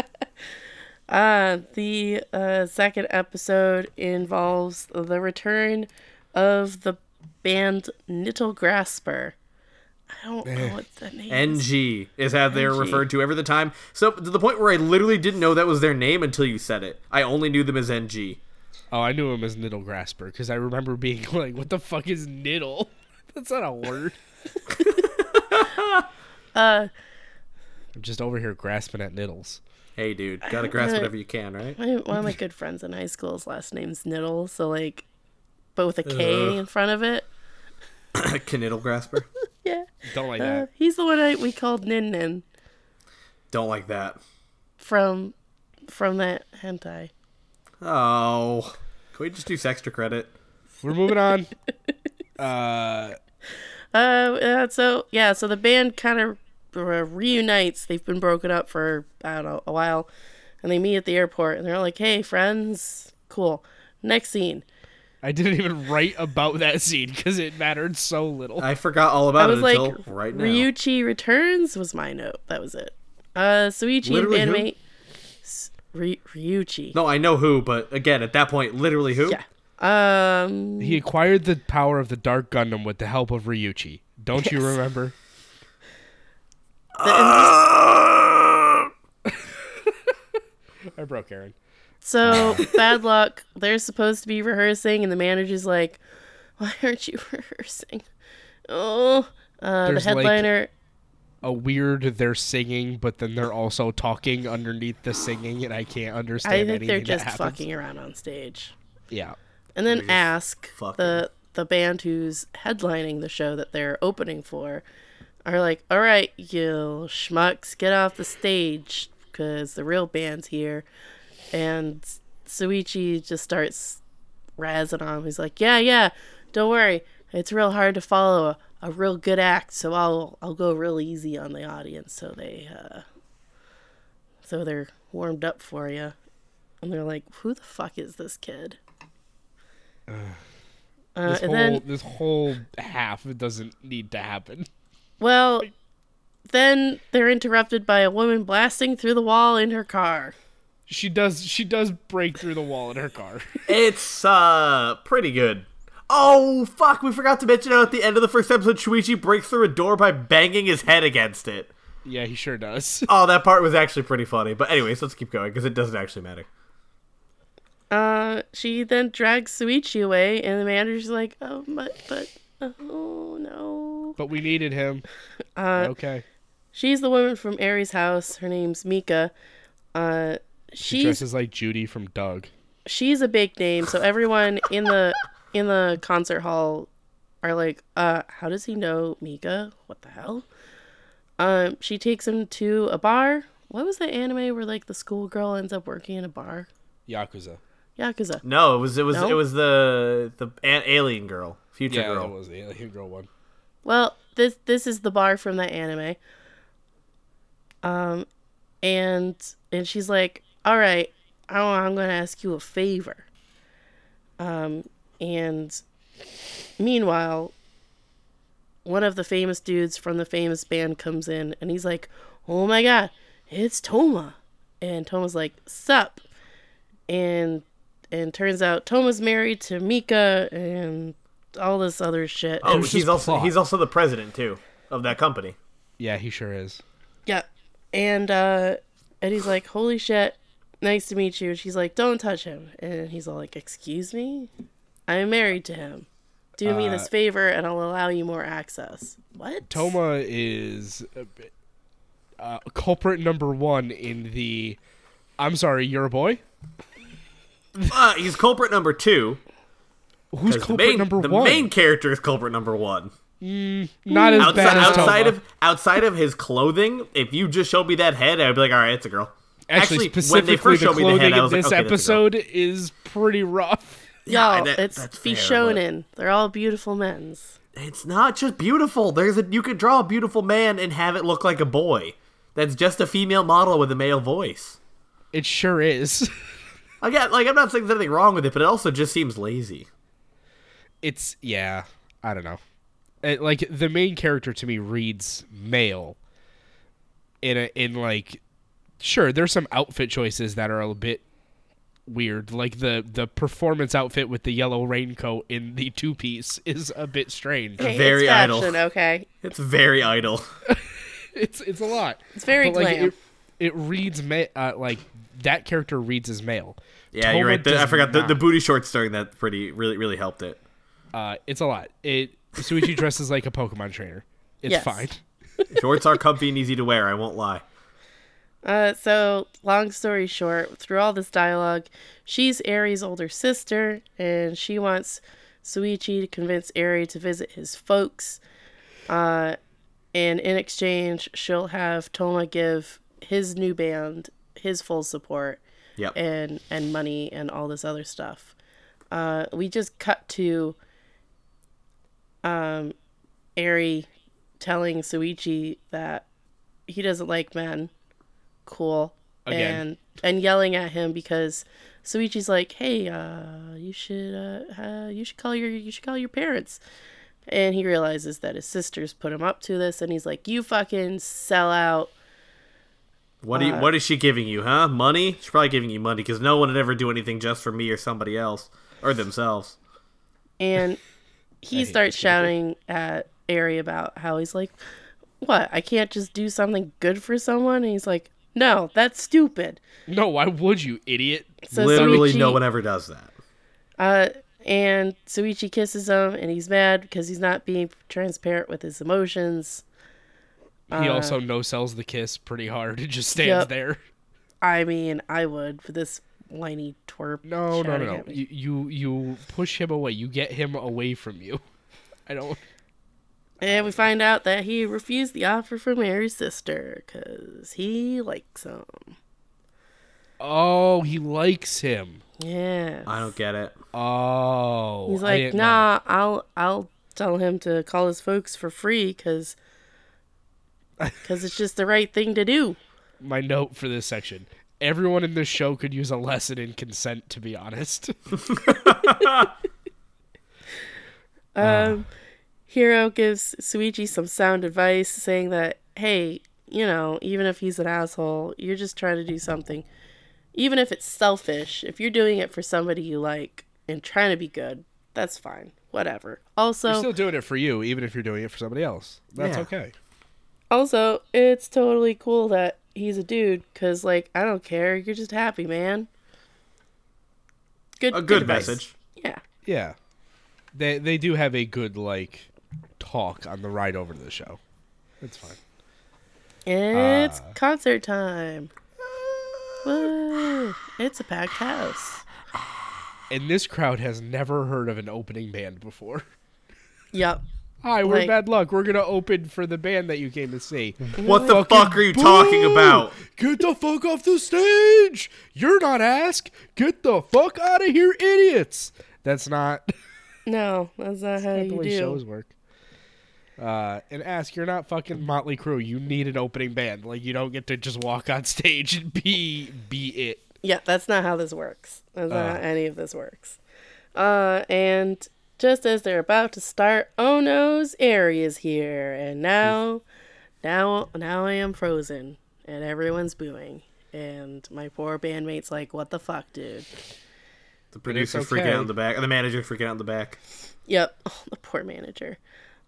S2: Uh, the uh, second episode involves the return of the band Nittle Grasper. I don't know what that name is.
S4: NG is how they're
S2: NG.
S4: referred to every the time. So to the point where I literally didn't know that was their name until you said it. I only knew them as NG.
S3: Oh, I knew him as Niddle Grasper because I remember being *laughs* like, "What the fuck is Niddle? *laughs* That's not a
S2: *laughs*
S3: word."
S2: Uh,
S3: I'm just over here grasping at niddles.
S4: Hey, dude, gotta
S2: *laughs*
S4: grasp whatever you can, right? *coughs*
S2: *laughs* My- One of my good friends in high school's last name's Nittle, so like, but with a K in front of it.
S4: Knittle grasper.
S2: Yeah.
S3: Don't like
S2: Uh,
S3: that.
S2: he's the one I, we called Nin Nin
S4: Don't like that.
S2: from from that hentai.
S4: Oh, can we just do extra credit?
S3: We're moving
S2: *laughs*
S3: on. Uh,
S2: Uh, uh, so yeah, so the band kind of re- reunites. They've been broken up for I don't know a while, and they meet at the airport, and they're like, "Hey, friends, cool." Next scene,
S3: I didn't even write about that scene because it mattered so little.
S4: I forgot all
S2: I
S4: about
S2: was
S4: it
S2: like,
S4: until right now.
S2: "Ryuchi returns" was my note. That was it. Uh, Suichi
S4: Literally
S2: and
S4: who?
S2: bandmate S- Ry- Ryuchi.
S4: no, I know who, but again, at that point, literally who?
S2: Yeah. Um,
S3: He acquired the power of the Dark Gundam with the help of Ryuchi. Don't you remember?
S4: Ah!
S3: I broke Aaron.
S2: *laughs* so bad luck. They're supposed to be rehearsing, and the manager's like, "Why aren't you *laughs* rehearsing?" Oh, uh, the
S3: There's, like,
S2: headliner.
S3: A weird they're singing, but then they're also talking underneath the singing, and I can't understand.
S2: I think
S3: anything
S2: they're
S3: that
S2: just
S3: happens.
S2: fucking around on stage.
S3: Yeah.
S2: And then ask
S4: fucking-
S2: the the band who's headlining the show that they're opening for are like, "All right, you schmucks, get off the stage cuz the real band's here." And Suichi just starts razzing on him. He's like, "Yeah, yeah, don't worry. It's real hard to follow a, a real good act, so I'll I'll go real easy on the audience so they uh so they're warmed up for you." And they're like, "Who the fuck is this kid?"
S3: *sighs*
S2: Uh,
S3: this
S2: and
S3: whole
S2: then
S3: this whole half doesn't need to happen. *laughs*
S2: Well, then they're interrupted by a woman blasting through the wall in her car.
S3: She does she does break through the wall in her car. *laughs*
S4: It's uh pretty good. Oh fuck, we forgot to mention how at the end of the first episode, Shuichi breaks through a door by banging his head against it.
S3: yeah, he sure does.
S4: Oh, that part was actually pretty funny. But anyways, let's keep going because it doesn't actually matter.
S2: Uh, she then drags Suichi away, and the manager's like, "Oh, but, but, oh no."
S3: But we needed
S2: *laughs*
S3: him.
S2: Uh,
S3: okay.
S2: She's the woman from Aries' house. Her name's Mika. Uh,
S3: She
S2: she's
S3: dresses like Judy from Doug.
S2: she's a big name, so everyone in the in the concert hall are like, uh, how does he know Mika? What the hell? Um, she takes him to a bar. What was the anime where like the schoolgirl ends up working in a bar? uh,
S3: Yakuza.
S2: Yakuza.
S4: No, it was it was
S2: No?
S4: it was the the a- alien girl, future
S3: Yeah, that
S4: girl.
S3: was the alien girl one.
S2: Well, this this is the bar from that anime. Um, and and she's like, "All right, I, I'm gonna ask you a favor." Um, and meanwhile, one of the famous dudes from the famous band comes in, and he's like, "Oh my god, it's Toma!" And Toma's like, "Sup?" And and turns out Toma's married to Mika and all this other shit.
S4: Oh,
S3: was
S4: he's
S3: just
S4: also
S3: plot.
S4: he's also the president too of that company.
S3: Yeah, he sure is.
S2: Yeah. And uh and he's like, Holy shit, nice to meet you. And she's like, Don't touch him and he's all like, Excuse me? I'm married to him. Do me
S4: Uh,
S2: this favor and I'll allow you more access. What?
S3: Toma is uh, uh, culprit number one in the. I'm sorry, you're a boy.
S4: Uh, he's culprit number two.
S3: Who's
S4: 'cause The
S3: culprit
S4: main,
S3: number
S4: the
S3: one?
S4: main character is culprit number one.
S3: Not as
S4: Outside,
S3: bad as Toma.
S4: outside of outside of his clothing, if you just showed me that head, I'd be like, all right, it's a girl.
S3: Actually,
S4: when they
S3: specifically
S4: first
S3: the
S4: showed me
S3: clothing
S4: the head, I
S3: in
S4: was like,
S3: this
S4: okay, that's a girl.
S3: episode is pretty rough.
S2: Y'all,
S4: that-
S2: it's
S4: that's fair,
S2: Fishonen. They're all beautiful men's.
S4: It's not just beautiful. There's a you could draw a beautiful man and have it look like a boy. That's just a female model with a male voice.
S3: It sure is. *laughs*
S4: Again, like I'm not saying there's anything wrong with it, but it also just seems lazy.
S3: It's yeah. I don't know. It, like the main character to me reads male. In a, in like, sure, there's some outfit choices that are a bit weird. Like the the performance outfit with the yellow raincoat in the two piece *laughs* is a bit strange.
S2: Hey,
S4: Very
S2: it's
S4: idle.
S2: fashion, Okay,
S4: It's very idle.
S3: it's it's a lot.
S2: it's very
S3: But, like,
S2: glam.
S3: It, it reads ma- uh, like that character reads as male.
S4: Yeah, you're
S3: Toma
S4: right. The- I
S3: does
S4: forgot the, the
S3: not.
S4: booty shorts during that pretty really really helped it.
S3: Uh, it's a lot. It
S2: *laughs*
S3: Suichi dresses like a Pokemon trainer. It's
S2: Yes.
S3: fine.
S4: Shorts are comfy and easy to wear. I won't lie.
S2: Uh, so, long story short, through all this dialogue, she's Aries' older sister, and she wants Suichi to convince Aerie to visit his folks. Uh, and in exchange, she'll have Toma give his new band his full support
S4: Yep.
S2: and and money and all this other stuff. Uh, we just cut to um, Aerie telling Suichi that he doesn't like men. Cool.
S3: Again.
S2: And and yelling at him because Suichi's like, "Hey, uh, you should uh, uh, you should call your you should call your parents." And he realizes that his sisters put him up to this, and he's like, "You fucking sell out."
S4: What do
S2: uh,
S4: you, what is she giving you, huh? Money? She's probably giving you money because no one would ever do anything just for me or somebody else or themselves. *laughs*
S2: and he starts shouting at Ari about how he's like, "What? I can't just do something good for someone?" And he's like, "No, that's stupid."
S3: No, why would you, idiot?
S2: So
S4: Literally, no
S2: Suichi-
S4: one ever does that.
S2: Uh, and Suichi kisses him, and he's mad because he's not being transparent with his emotions.
S3: He also no sells the kiss pretty hard. *laughs* It just stands
S2: Uh, Yep.
S3: there.
S2: I mean, I would for this whiny twerp.
S3: No, no, no,
S2: shouting
S3: no.
S2: at me.
S3: You, you you push him away. You get him away from you. I don't.
S2: And we find out that he refused the offer from Aries' sister because he likes him.
S3: Oh, he likes him.
S2: Yeah.
S4: I don't get it.
S3: Oh,
S2: He's
S3: I
S2: like,
S3: didn't
S2: nah, I'll I'll tell him to call his folks for
S3: *laughs*
S2: free because it's just the right thing to do.
S3: know. My note for this section: Everyone in this show could use a lesson in consent. To be *laughs* honest,
S2: Hiro gives Suichi some sound advice, saying that hey, you know, even if he's an asshole, you're just trying to do something. Even if it's selfish, if you're doing it for somebody you like and trying to be good, that's fine. Whatever. Also,
S3: you're still doing it for you, even if you're doing it for somebody else. That's
S4: Yeah.
S3: okay.
S2: also, it's totally cool that he's a dude because, like, I don't care. You're just happy, man. Good,
S4: A good
S2: advice.
S4: message.
S2: Yeah.
S3: Yeah, they they do have a good like talk on the ride over to the show. It's fine.
S2: It's concert time. Woo. It's a packed house.
S3: And this crowd has never heard of an opening band before. *laughs*
S2: Yep.
S3: Hi, we're
S2: Like-
S3: bad luck. We're gonna open for the band that you came to see.
S4: *laughs* What the fuck are you talking
S3: Boo!
S4: about?
S3: Get the fuck off the stage! You're not asked. Get the fuck out of here, idiots! That's not *laughs*
S2: No, that's not how
S3: how the
S2: you
S3: way
S2: do.
S3: shows work. Uh, and ask, you're not fucking Motley Crue. You need an opening band. Like you don't get to just walk on *laughs* stage and be be it.
S2: Yeah, that's not how this works. That's not how any of this works. Uh, and just as they're about to start, oh no's Aerie is here, and now, now, now I am frozen, and everyone's booing, and my poor bandmate's like, "What the fuck, dude?"
S4: The producer's
S3: okay.
S4: freaking out in the back. The manager's freaking out in the back.
S2: Yep, *laughs* oh, the poor manager.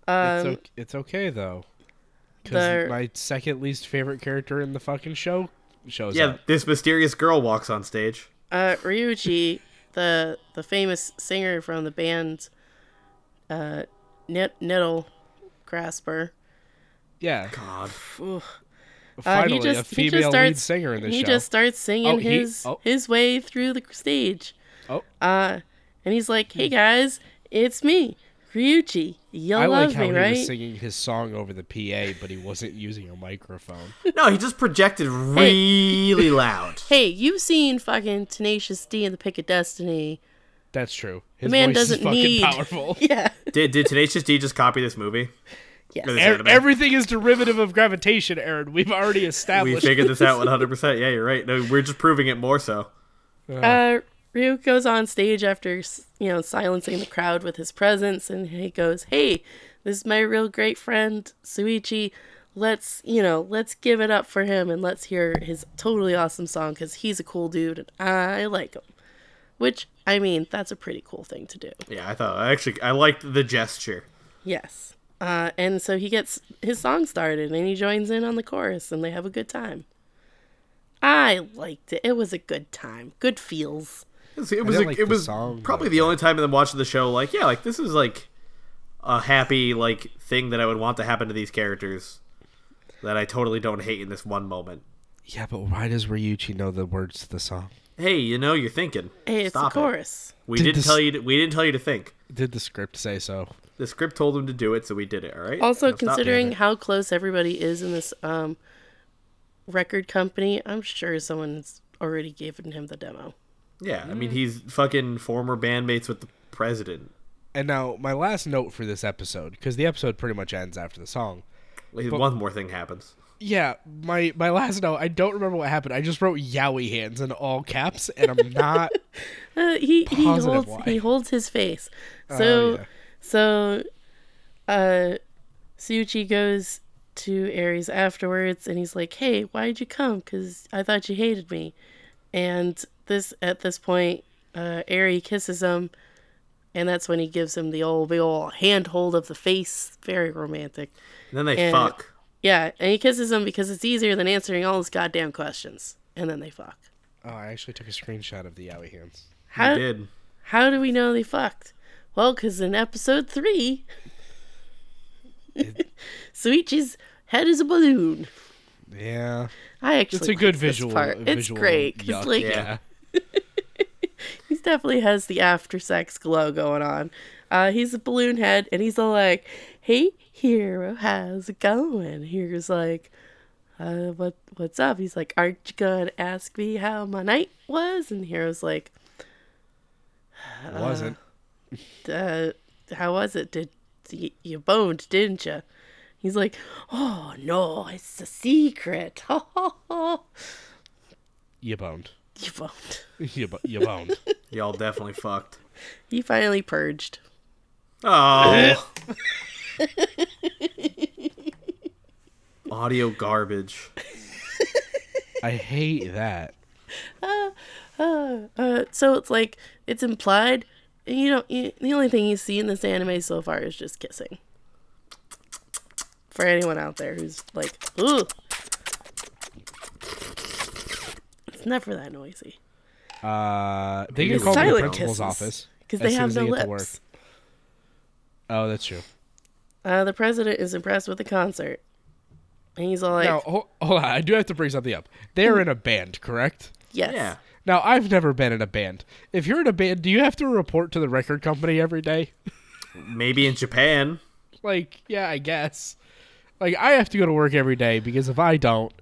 S3: it's, okay, it's okay though,
S2: Um, There-
S3: because my second least favorite character in the fucking show shows
S4: Yeah,
S3: up.
S4: this mysterious girl walks on stage.
S2: Uh, Ryuji, *laughs* the the famous singer from the band, uh, Nid- Niddle Grasper.
S3: Yeah, *laughs*
S4: God,
S2: Uh,
S3: finally a female lead singer in the
S2: he
S3: show.
S2: just starts singing
S3: Oh, he-
S2: his
S3: oh.
S2: his way through the stage, Uh,
S3: oh,
S2: and he's like, "Hey guys, it's me, Ryuji. You
S3: I
S2: love
S3: like how
S2: me,
S3: he
S2: right?"
S3: was singing his song over the PA, but he wasn't using a microphone.
S4: no, he just projected really loud.
S2: hey, you've seen fucking Tenacious D and the Pick of Destiny *laughs*
S3: That's true.
S2: The
S3: His
S2: man
S3: voice is
S2: doesn't
S3: fucking
S2: need. *laughs*
S3: powerful. E-,
S2: Yeah.
S4: Did did Tenacious D just copy this movie?
S2: Yes.
S4: Or this
S3: Er-
S4: anime?
S3: everything is derivative of gravitation, Aaron. We've already *laughs*
S4: we
S3: established.
S4: figured this out 100. percent Yeah, you're right. No, we're just proving it more so.
S2: Uh, Ryu goes on stage after s- you know silencing the crowd with his presence, and he goes, "Hey, this is my real great friend Suichi. Let's you know, let's give it up for him, and let's hear his totally awesome song because he's a cool dude, and I like him." Which I mean, that's a pretty cool thing to do.
S4: Yeah, I thought I actually I liked the gesture.
S2: Yes. Uh, and so he gets his song started, and he joins in on the chorus, and they have a good time. I liked it. It was a good time. Good feels.
S4: It was it was,
S3: didn't
S4: a-
S3: like
S4: it
S3: the
S4: was
S3: song,
S4: probably the only time in the watching the show like yeah like this is like a happy like thing that I would want to happen to these characters that I totally don't hate in this one moment.
S3: yeah, but why does Ryuichi know the words to the song?
S4: Hey, you know you're thinking.
S2: Hey, it's
S4: Stop
S2: the
S4: it.
S2: chorus.
S4: We
S3: Did
S4: didn't
S3: this-
S4: tell you. To, we didn't tell you to think.
S3: Did the script say so?
S4: The script told him to do it, so we did it. All right.
S2: Also,
S4: Now stop.
S2: considering how close everybody is in this um, record company, I'm sure someone's already given him the demo.
S4: Yeah, I mean
S2: Mm.
S4: he's fucking former bandmates with the president.
S3: And now my last note for this episode, because the episode pretty much ends after the song.
S4: Like, One more thing happens.
S3: Yeah, my my last note. I don't remember what happened. I just wrote "yowie hands" in all caps, and
S2: *laughs*
S3: I'm not.
S2: Uh, he he
S3: Positive
S2: holds
S3: why. Oh,
S2: he holds his face. So
S3: yeah.
S2: so, uh, Suchi goes to Aries afterwards, and he's like, "Hey, why'd you come? Because I thought you hated me." And this at this point, uh, Aerie kisses him, and that's when he gives him the old the old handhold of the face. Very romantic.
S4: And then they
S2: And-
S4: fuck.
S2: Yeah, and he kisses him because it's easier than answering all his goddamn questions. And then they fuck.
S3: oh, I actually took a screenshot of the "yowie hands."
S4: They
S2: How
S4: did.
S2: how do we know they fucked? Well, because in episode three, *laughs* Suichi's head is a balloon.
S3: Yeah,
S2: I actually
S3: it's a good
S2: liked this
S3: visual.
S2: part.
S3: a
S2: It's
S3: visual
S2: great 'cause,
S3: yuck,
S2: like
S4: Yeah.
S2: he definitely has the after sex glow going on. Uh, he's a balloon head, and he's all like, "Hey, hero, how's it going?" Here's like, uh, "What what's up?" He's like, "Aren't you gonna ask me how my night was?" And hero's like,
S3: It wasn't.
S2: uh, how was it? Did y- you boned, didn't you? He's like, oh no, it's a secret. *laughs* you
S3: You boned.
S2: boned.
S3: You, bo- you boned.
S4: Y'all definitely fucked.
S2: He finally purged.
S4: Oh. Audio garbage.
S3: *laughs* I hate that.
S2: Uh, so it's like it's implied. and You don't. You, the only thing you see in this anime so far is just kissing. For anyone out there who's like, ooh, it's never that noisy
S3: Uh, they
S4: Maybe
S3: get called to the
S2: silent
S3: principal's
S2: kisses,
S3: office
S2: because
S3: as
S2: they
S3: soon
S2: have
S3: as
S2: no
S3: get to
S2: lips.
S3: Oh, that's true.
S2: Uh, the president is impressed with the concert. And he's all like,
S4: oh,
S3: Now, ho- hold on. I do have to bring something up. They're in a band, correct?
S2: yes.
S4: Yeah.
S3: Now, I've never been in a band. If you're in a band, do you have to report to the record company every day?
S4: Maybe in Japan.
S3: like, yeah, I guess. Like, I have to go to work every day because if I don't,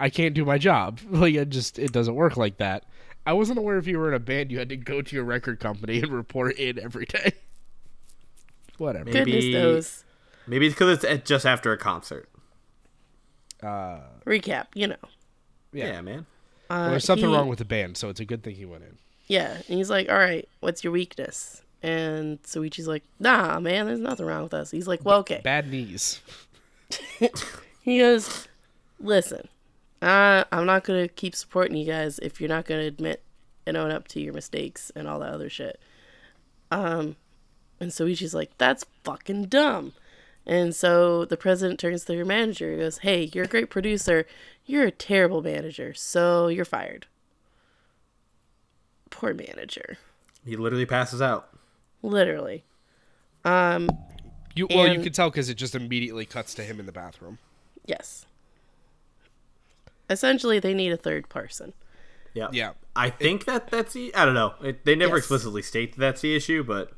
S3: I can't do my job. *laughs* Like, it just it doesn't work like that. I wasn't aware if you were in a band, you had to go to your record company and *laughs* report in every day. Whatever.
S2: Goodness
S4: Maybe-
S2: knows.
S4: Maybe it's because it's at- just after a concert.
S2: Recap, you know.
S4: Yeah,
S3: Yeah.
S4: man.
S3: Well, there's something
S2: Uh, he-
S3: wrong with the band, so it's a good thing he went in.
S2: Yeah. And he's like, all right, what's your weakness? And Suichi's like, nah, man, there's nothing wrong with us. He's like, well, okay.
S3: Bad knees.
S2: He goes, listen, I, I'm not going to keep supporting you guys if you're not going to admit and own up to your mistakes and all that other shit. Um, and Suichi's like, that's fucking dumb. And so the president turns to your manager and goes, hey, you're a great producer. You're a terrible manager, so you're fired. Poor manager.
S4: He literally passes out.
S2: Literally.
S3: You well, you
S2: And-
S3: can tell because it just immediately cuts to him in the bathroom.
S2: Yes. Essentially, they need a third person.
S4: Yeah.
S3: Yeah,
S4: I think that that's the. I don't know. It, they never
S2: Yes.
S4: explicitly state that that's the issue, but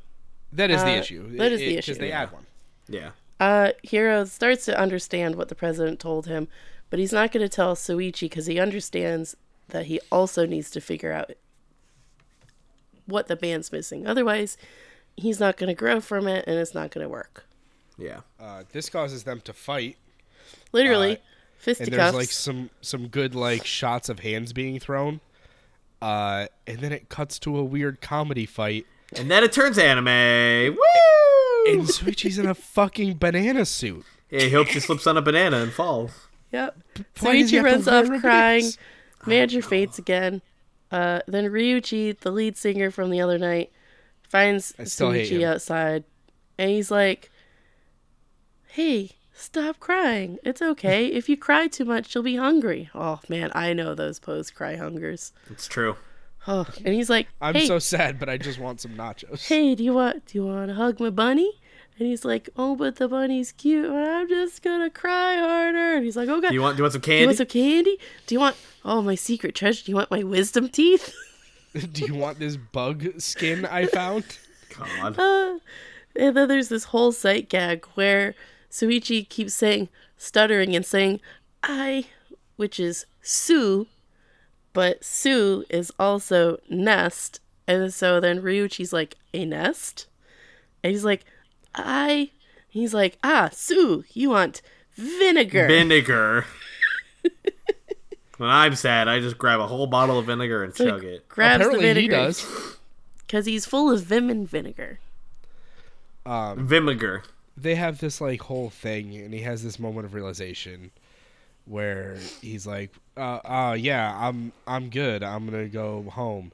S3: that is the
S2: Uh,
S3: issue.
S2: that is the issue,
S3: because they
S2: yeah.
S3: add one.
S4: yeah.
S2: Uh, Hiro starts to understand what the president told him, but he's not going to tell Suichi because he understands that he also needs to figure out what the band's missing. Otherwise, he's not going to grow from it and it's not going to work.
S4: Yeah.
S3: Uh, this causes them to fight,
S2: Literally,
S3: Uh, and
S2: fisticuffs.
S3: there's like some some good like shots of hands being thrown, uh, and then it cuts to a weird comedy fight,
S4: And then it turns anime. Woo!
S3: and Suichi's
S2: *laughs*
S3: in a fucking banana suit.
S4: Yeah, he hopes he slips on a banana and falls.
S2: Yep.
S3: Why does he
S2: Soichi
S3: have to Oh,
S2: runs
S3: wear
S2: off
S3: ribbons?
S2: crying. Manager faints again. Uh, then Ryuji, the lead singer from the other night, finds
S3: still hate
S2: Soichi
S3: him.
S2: outside, and he's like, "Hey, stop crying. It's okay. if you cry too much, you'll be hungry." Oh man, I know those post cry hungers.
S4: It's true.
S2: Oh, and he's like,
S3: I'm
S2: "Hey,
S3: so sad, but I just want some nachos.
S2: hey, do you want do you want to hug my bunny?" And he's like, "Oh, but the bunny's cute. and I'm just gonna cry harder." And he's like, "Okay."
S4: Do you want? Do you want some
S2: Do you
S4: candy?
S2: want some candy? Do you want oh my secret treasure? Do you want my wisdom teeth?
S3: *laughs*
S2: *laughs*
S3: Do you want this bug skin I found?
S4: God.
S2: And then there's this whole sight gag where Suichi keeps saying, stuttering and saying, I, which is Sue, but Sue is also nest. And so then Ryuchi's like, a nest? And he's like, I. He's like, ah, Sue, you want vinegar.
S4: Vinegar. *laughs* when I'm sad, I just grab a whole bottle of vinegar and chug it.
S2: Grabs the
S3: Apparently
S2: vinegar
S3: he does.
S2: Because he's full of vim and vinegar. um,
S4: Vinegar.
S3: They have this like whole thing, and he has this moment of realization where he's like, uh, uh, "Yeah, I'm I'm good. I'm gonna go home."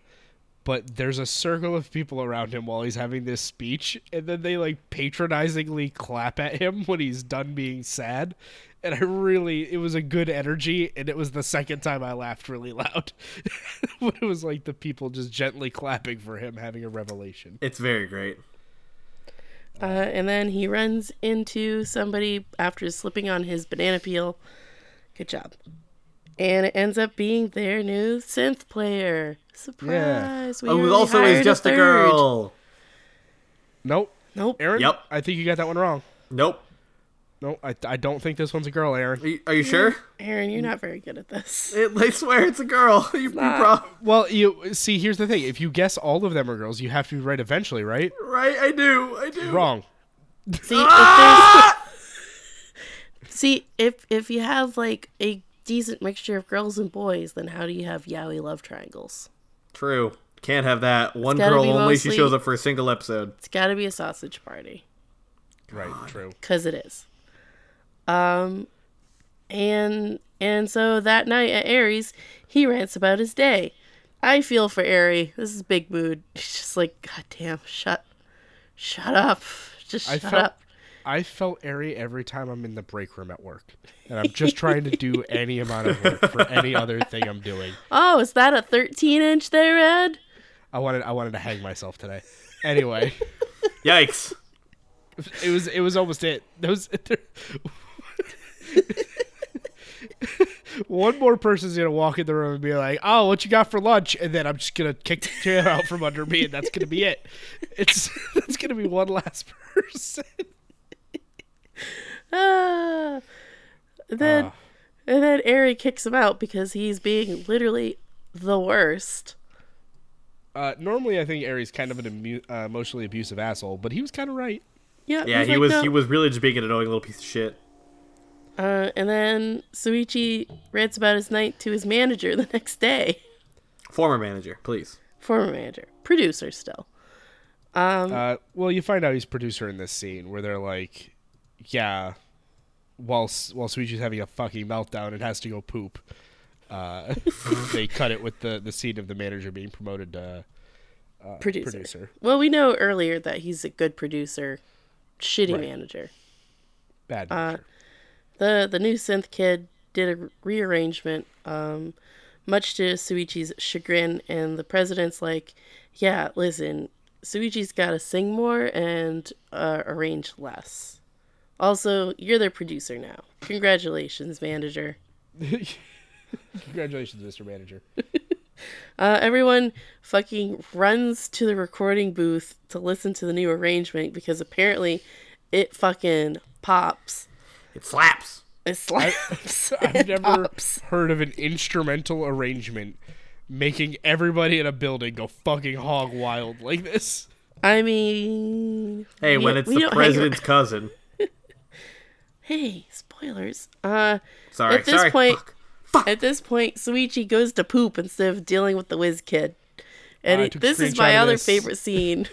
S3: But there's a circle of people around him while he's having this speech, and then they like patronizingly clap at him when he's done being sad. And I really, it was a good energy, and it was the second time I laughed really loud. *laughs* when it was like the people just gently clapping for him having a revelation.
S4: It's very great.
S2: Uh, and then he runs into somebody after slipping on his banana peel. Good job. And it ends up being their new synth player. Surprise! We
S4: Oh, who
S2: already
S4: also
S2: hired
S4: is just a,
S2: third.
S4: girl.
S3: Nope.
S2: Nope.
S3: Aaron?
S4: Yep.
S3: I think you got that one wrong.
S4: Nope.
S3: No, I, I don't think this one's a girl, Aaron.
S4: Are you, are you sure?
S2: Aaron, you're not very good at
S4: *laughs*
S2: this.
S4: It, I swear it's a girl. *laughs* You, you
S2: not.
S4: prob-
S3: Well, you see, here's the thing. If you guess all of them are girls, you have to be right eventually, right?
S4: right? I do. I do.
S3: Wrong.
S2: See if there's see if if you have like a decent mixture of girls and boys, then how do you have yaoi love triangles?
S4: True. Can't have that. One
S2: gotta
S4: girl
S2: be
S4: only. She
S2: mostly-
S4: shows up for a single
S2: *laughs*
S4: episode.
S2: It's got to be a sausage party.
S3: Right, true.
S2: because it is. Um, and and so that night at Aries, he rants about his day. I feel for Aries. This is big mood. *laughs* He's just like, God damn, shut, shut up, just
S3: I
S2: shut
S3: felt
S2: up.
S3: I felt airy every time I'm in the break room at work. And I'm just trying to do any amount of work for any other thing I'm doing.
S2: Oh, is that a thirteen inch there, Ed?
S3: I wanted I wanted to hang myself today. Anyway,
S4: Yikes.
S3: it was it was almost it. *laughs* Those One more person's gonna walk in the room and be like, "Oh, what you got for lunch?" And then I'm just gonna kick the chair out from under me, and that's gonna be it. It's *laughs* that's gonna be one last person.
S2: Ah. And then
S4: Ah.
S2: and then Aries kicks him out because he's being literally the worst.
S3: Uh, normally, I think Aries kind of an emu- uh, emotionally abusive asshole, but he was kind of right.
S2: Yeah,
S4: Yeah,
S2: he's
S4: he
S2: like,
S4: was.
S2: "No."
S4: He was really just being an annoying little piece of shit.
S2: Uh, and then Suichi rants about his night to his manager *laughs* the next day.
S4: Former manager, please.
S2: Former manager, producer still.
S3: Uh, well, you find out he's producer in this scene where they're like, "Yeah," while S- while Suichi's having a fucking meltdown and has to go poop. Uh, they cut it with the the scene of the manager being promoted to
S2: producer.
S3: producer.
S2: Well, we know earlier that he's a good producer, shitty manager.
S3: Bad manager.
S2: The the new synth kid did a rearrangement, um, much to Suichi's chagrin, and the president's like, "Yeah, listen, Suichi's got to sing more and uh, arrange less." Also, you're their producer now. Congratulations, manager.
S3: Congratulations, Mr. Manager.
S2: Uh, everyone fucking runs to the recording booth to listen to the new arrangement because apparently it fucking pops.
S4: It slaps.
S2: It slaps.
S3: I've
S4: *laughs*
S2: It
S3: never
S2: pops.
S3: heard of an instrumental arrangement making everybody in a building go fucking hog wild like this.
S2: I mean,
S4: Hey,
S2: we-
S4: when it's
S2: we
S4: the
S2: don't hang ar-
S4: president's cousin.
S2: Hey, spoilers. Uh,
S4: Sorry,
S2: At this
S4: sorry.
S2: point-
S4: fuck.
S2: at this point, Suichi goes to poop instead of dealing with the whiz kid, and
S3: I
S2: it,
S3: took a
S2: this is
S3: screenshot
S2: my
S3: of
S2: other
S3: this.
S2: favorite scene.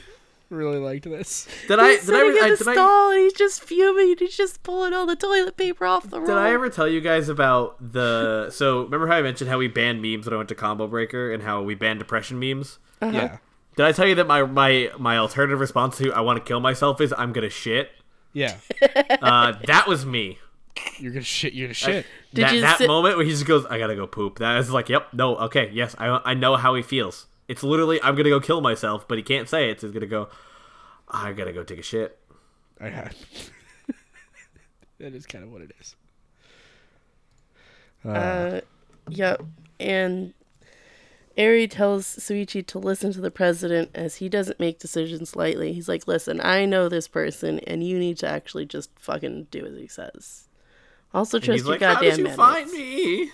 S3: Really liked this.
S4: Did I?
S2: he's
S4: Did I?
S2: sitting in
S4: I-
S2: the
S4: Did I?
S2: stall and he's just fuming. and He's just pulling all the toilet paper off the roll.
S4: Did I ever tell you guys about the? So remember how I mentioned how we banned memes when I went to Combo Breaker and how we banned depression memes?
S3: Yeah.
S4: Did I tell you that my my my alternative response to "I want to kill myself" is "I'm gonna shit."
S3: Yeah.
S4: Uh,
S2: *laughs*
S4: that was me.
S3: You're gonna shit. You're gonna shit.
S2: Did
S4: that
S2: you
S4: that
S2: sit-
S4: moment where he just goes, "I gotta go poop." That is like, "Yep, no, okay, yes, I I know how he feels." It's literally, "I'm gonna go kill myself," but he can't say it. So he's gonna go, "I gotta go take a shit."
S3: I had. *laughs* that is kind of what it is.
S2: Uh, yep. And Ari tells Suichi to listen to the president as he doesn't make decisions lightly. He's like, listen, I know this person, and you need to actually just fucking do as he says. Also,
S4: And
S2: trust
S4: he's
S2: your
S4: like, "How did
S2: goddamn
S4: you
S2: mandates.
S4: find me?"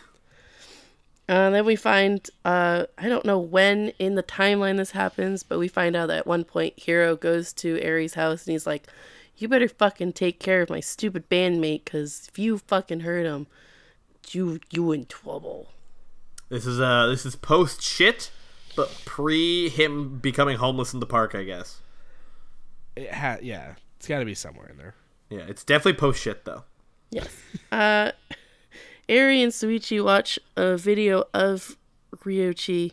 S2: Uh, then we find, uh, I don't know when in the timeline this happens, but we find out that at one point Hiro goes to Aries' house and he's like, You better fucking take care of my stupid bandmate, because if you fucking hurt him, you, you in trouble.
S4: This is uh, this is post shit, but pre him becoming homeless in the park, I guess.
S3: It ha- yeah. It's got to be somewhere in there.
S4: Yeah, it's definitely post shit though.
S2: Yes. Uh, Eri and Suichi watch a video of Ryochi.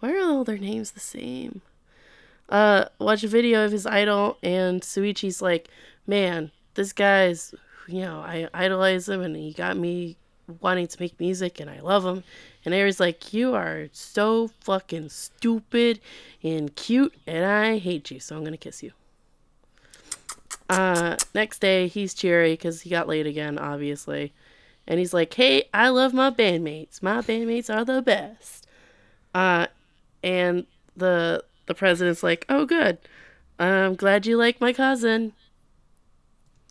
S2: Why are all their names the same? Uh, watch a video of his idol, and Suichi's like, "Man, this guy's, you know, I idolize him, and he got me wanting to make music, and I love him." And Eri's like, "You are so fucking stupid and cute, and I hate you, so I'm gonna kiss you." Uh, next day, he's cheery because he got late again, obviously. And he's like, hey, I love my bandmates. My bandmates are the best. Uh, and the the president's like, oh, good. I'm glad you like my cousin.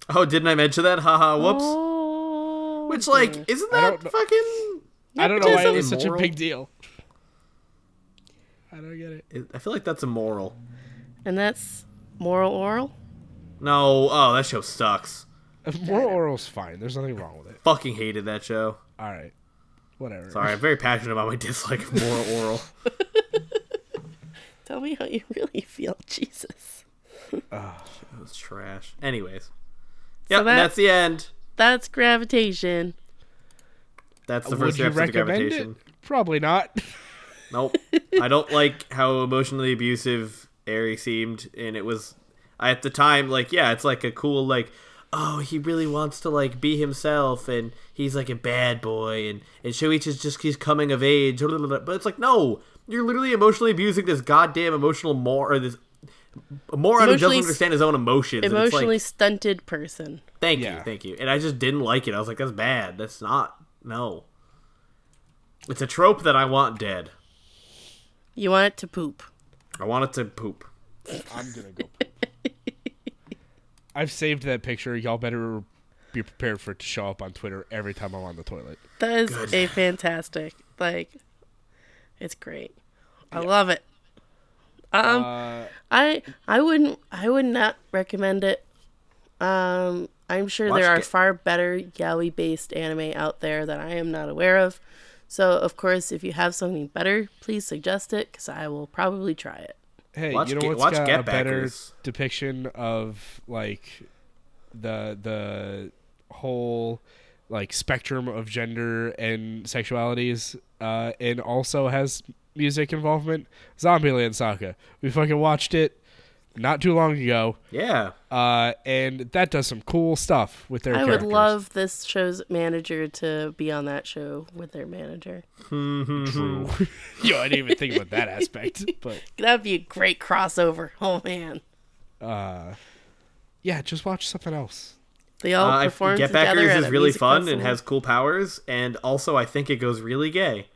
S4: Oh, didn't I mention that? Haha, whoops.
S2: Oh,
S4: Which like, isn't that
S3: don't know.
S4: fucking?
S3: I don't know why it
S2: Nepotism.
S3: was such a
S4: Immoral.
S3: big deal. I don't get it.
S4: I feel like that's immoral.
S2: And that's moral oral.
S4: No, oh, that show sucks.
S3: *laughs* Moral oral's fine. There's nothing wrong with it.
S4: Fucking hated that show.
S3: All right. Whatever.
S4: Sorry, I'm
S3: *laughs*
S4: very passionate about my dislike of moral oral.
S2: Tell me how you *laughs* really feel, Jesus.
S4: That was trash. Anyways, yep,
S2: that-
S4: that's the end.
S2: That's gravitation.
S4: That's the
S3: Would
S4: first
S3: you
S4: episode of
S3: recommend
S4: Gravitation.
S3: it? Probably *laughs* not.
S4: Nope. I don't like how emotionally abusive Ari seemed, and it was at the time like, yeah, it's like a cool like, oh, he really wants to like be himself, and he's like a bad boy, and and Shoichi's just he's coming of age, blah, blah, blah, blah. but it's like no, you're literally emotionally abusing this goddamn emotional more or this. A moron who doesn't
S2: Emotionally s-
S4: understand his own emotions. and it's like,
S2: Emotionally stunted person.
S4: thank
S3: Yeah.
S4: you, thank you. And I just didn't like it. I was like, that's bad. That's not. No. It's a trope that I want dead.
S2: You want it to poop.
S4: I want it to poop.
S3: I'm gonna go. I've saved that picture. Y'all better be prepared for it to show up on Twitter every time I'm on the toilet.
S2: That is a fantastic. Like, it's great. I love it. Um,
S4: Uh,
S2: I I wouldn't I would not recommend it. Um, I'm sure
S4: Watch
S2: there are
S4: it.
S2: far better yaoi based anime out there that I am not aware of. So of course, if you have something better, please suggest it because I will probably try it.
S3: Hey,
S4: Watch
S3: you know
S4: Get-
S3: what's
S4: watch
S3: got
S4: Get
S3: a better
S4: Backers.
S3: depiction of like the the whole like spectrum of gender and sexualities, uh, and also has music involvement. Zombieland Saga. We fucking watched it not too long ago,
S4: Yeah.
S3: uh, and that does some cool stuff with their.
S2: I would
S3: characters.
S2: love this show's manager to be on that show with their manager.
S3: True. *laughs* Yo, I didn't even think about that
S2: *laughs*
S3: aspect, but
S2: That'd be a great crossover. Oh man.
S3: yeah, just watch something else.
S2: They all
S4: Uh,
S2: perform
S4: Get
S2: together.
S4: Backers
S2: at
S4: is
S2: a
S4: really
S2: music
S4: fun and
S2: festival.
S4: has cool powers, and also I think it goes really gay.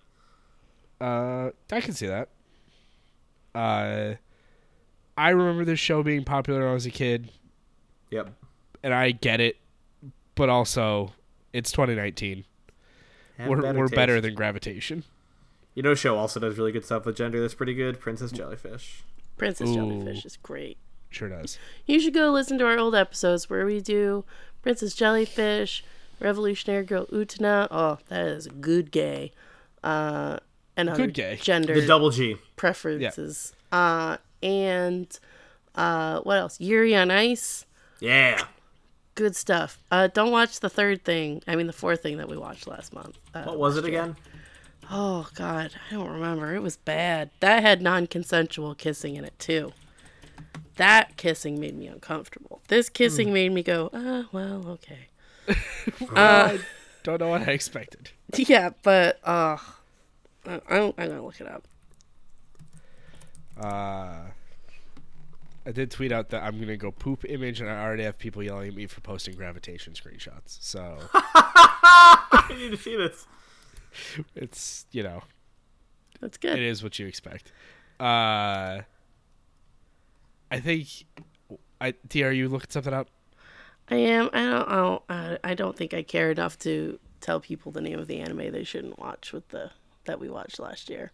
S3: Uh, I can see that. Uh, I remember this show being popular when I was a kid,
S4: Yep.
S3: and I get it, but also it's 2019.
S4: Have
S3: we're
S4: better
S3: we're
S4: taste.
S3: better than gravitation.
S4: You know, show also does really good stuff with gender. That's pretty good. Princess Jellyfish.
S2: Princess
S3: Ooh.
S2: Jellyfish is great.
S3: Sure does.
S2: You should go listen to our old episodes where we do Princess Jellyfish, Revolutionary Girl Utana. Oh, that is a good gay. Uh, and other
S3: Good gay.
S2: gender
S4: The double G.
S2: preferences. Uh, and uh, what else? Yuri on Ice.
S4: Yeah.
S2: Good stuff. Uh, don't watch the third thing. I mean, the fourth thing that we watched last month. Uh,
S4: What was it again?
S2: Oh God, I don't remember. It was bad. That had non-consensual kissing in it too. That kissing made me uncomfortable. This
S3: Mm.
S2: kissing made me go, uh, well, okay. *laughs*
S3: Don't know what I expected.
S2: Yeah, but uh, I, I'm, I'm gonna look it up.
S3: Uh, I did tweet out that I'm gonna go poop image, and I already have people yelling at me for posting gravitation screenshots.
S4: *laughs*
S3: So
S4: *laughs* I need to see this.
S3: it's you know
S2: That's
S3: it
S2: good.
S3: is what you expect. Uh, I think. I, T, are you looking something up?
S2: I am. I don't. I don't, uh, I don't think I care enough to tell people the name of the anime they shouldn't watch with the that we watched last year.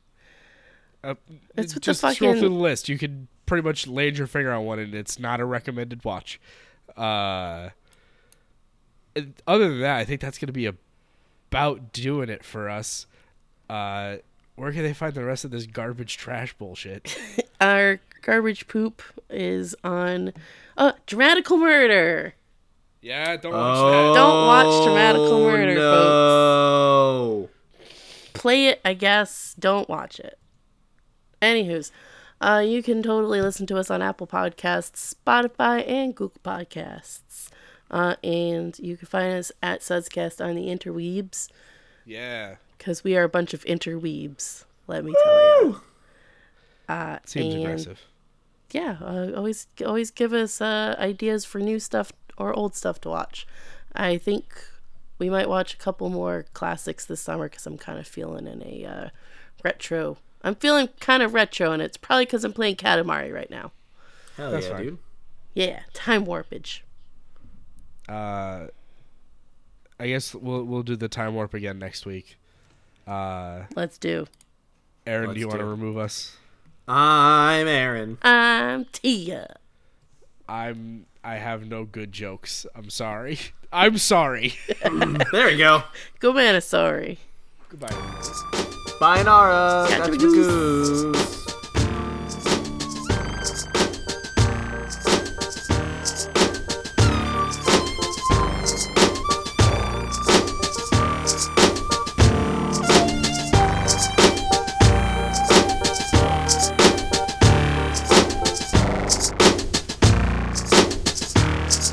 S3: Uh,
S2: It's with the
S3: just scroll
S2: fucking-
S3: through the list. You could pretty much land your finger on one, and it's not a recommended watch. Uh, and other than that, I think that's going to be about doing it for us. Uh, where can they find the rest of this garbage trash bullshit? *laughs*
S2: Our garbage poop is on. Uh, dramatical murder.
S3: yeah, don't watch
S2: Don't watch Dramatical
S4: Oh,
S2: Murder,
S4: no.
S2: play it, I guess. Don't watch it. Anywho's, uh, you can totally listen to us on Apple Podcasts, Spotify, and Google Podcasts. Uh, and you can find us at Sudscast on the interweebs
S3: that. Yeah,
S2: because we are a bunch of interweebs. Let me tell you.
S3: seems
S2: And-
S3: aggressive.
S2: Yeah, uh, always always give us uh, ideas for new stuff or old stuff to watch. I think we might watch a couple more classics this summer because I'm kind of feeling in a uh, retro. I'm feeling kind of retro, and it's probably because I'm playing Katamari right now.
S4: Hell
S3: That's
S4: yeah,
S3: fine.
S4: dude.
S2: Yeah, time warpage.
S3: Uh, I guess we'll we'll do the time warp again next week. Uh,
S2: Let's do.
S3: Aaron,
S4: Let's
S3: do you want to
S4: do it.
S3: remove us?
S4: I'm Aaron.
S2: I'm Tia.
S3: I'm I have no good jokes. I'm sorry. *laughs* I'm sorry. *laughs*
S4: There we go.
S2: Go man, sorry.
S3: Goodbye.
S4: Bye, Nara.
S2: Catch
S4: That's
S2: you,
S4: goose.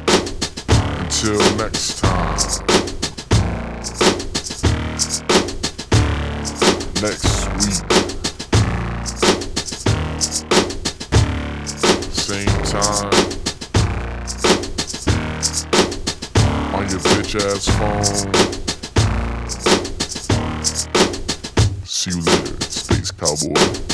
S1: Until next time. Next week. Same time. On your bitch ass phone. See you later, Space Cowboy.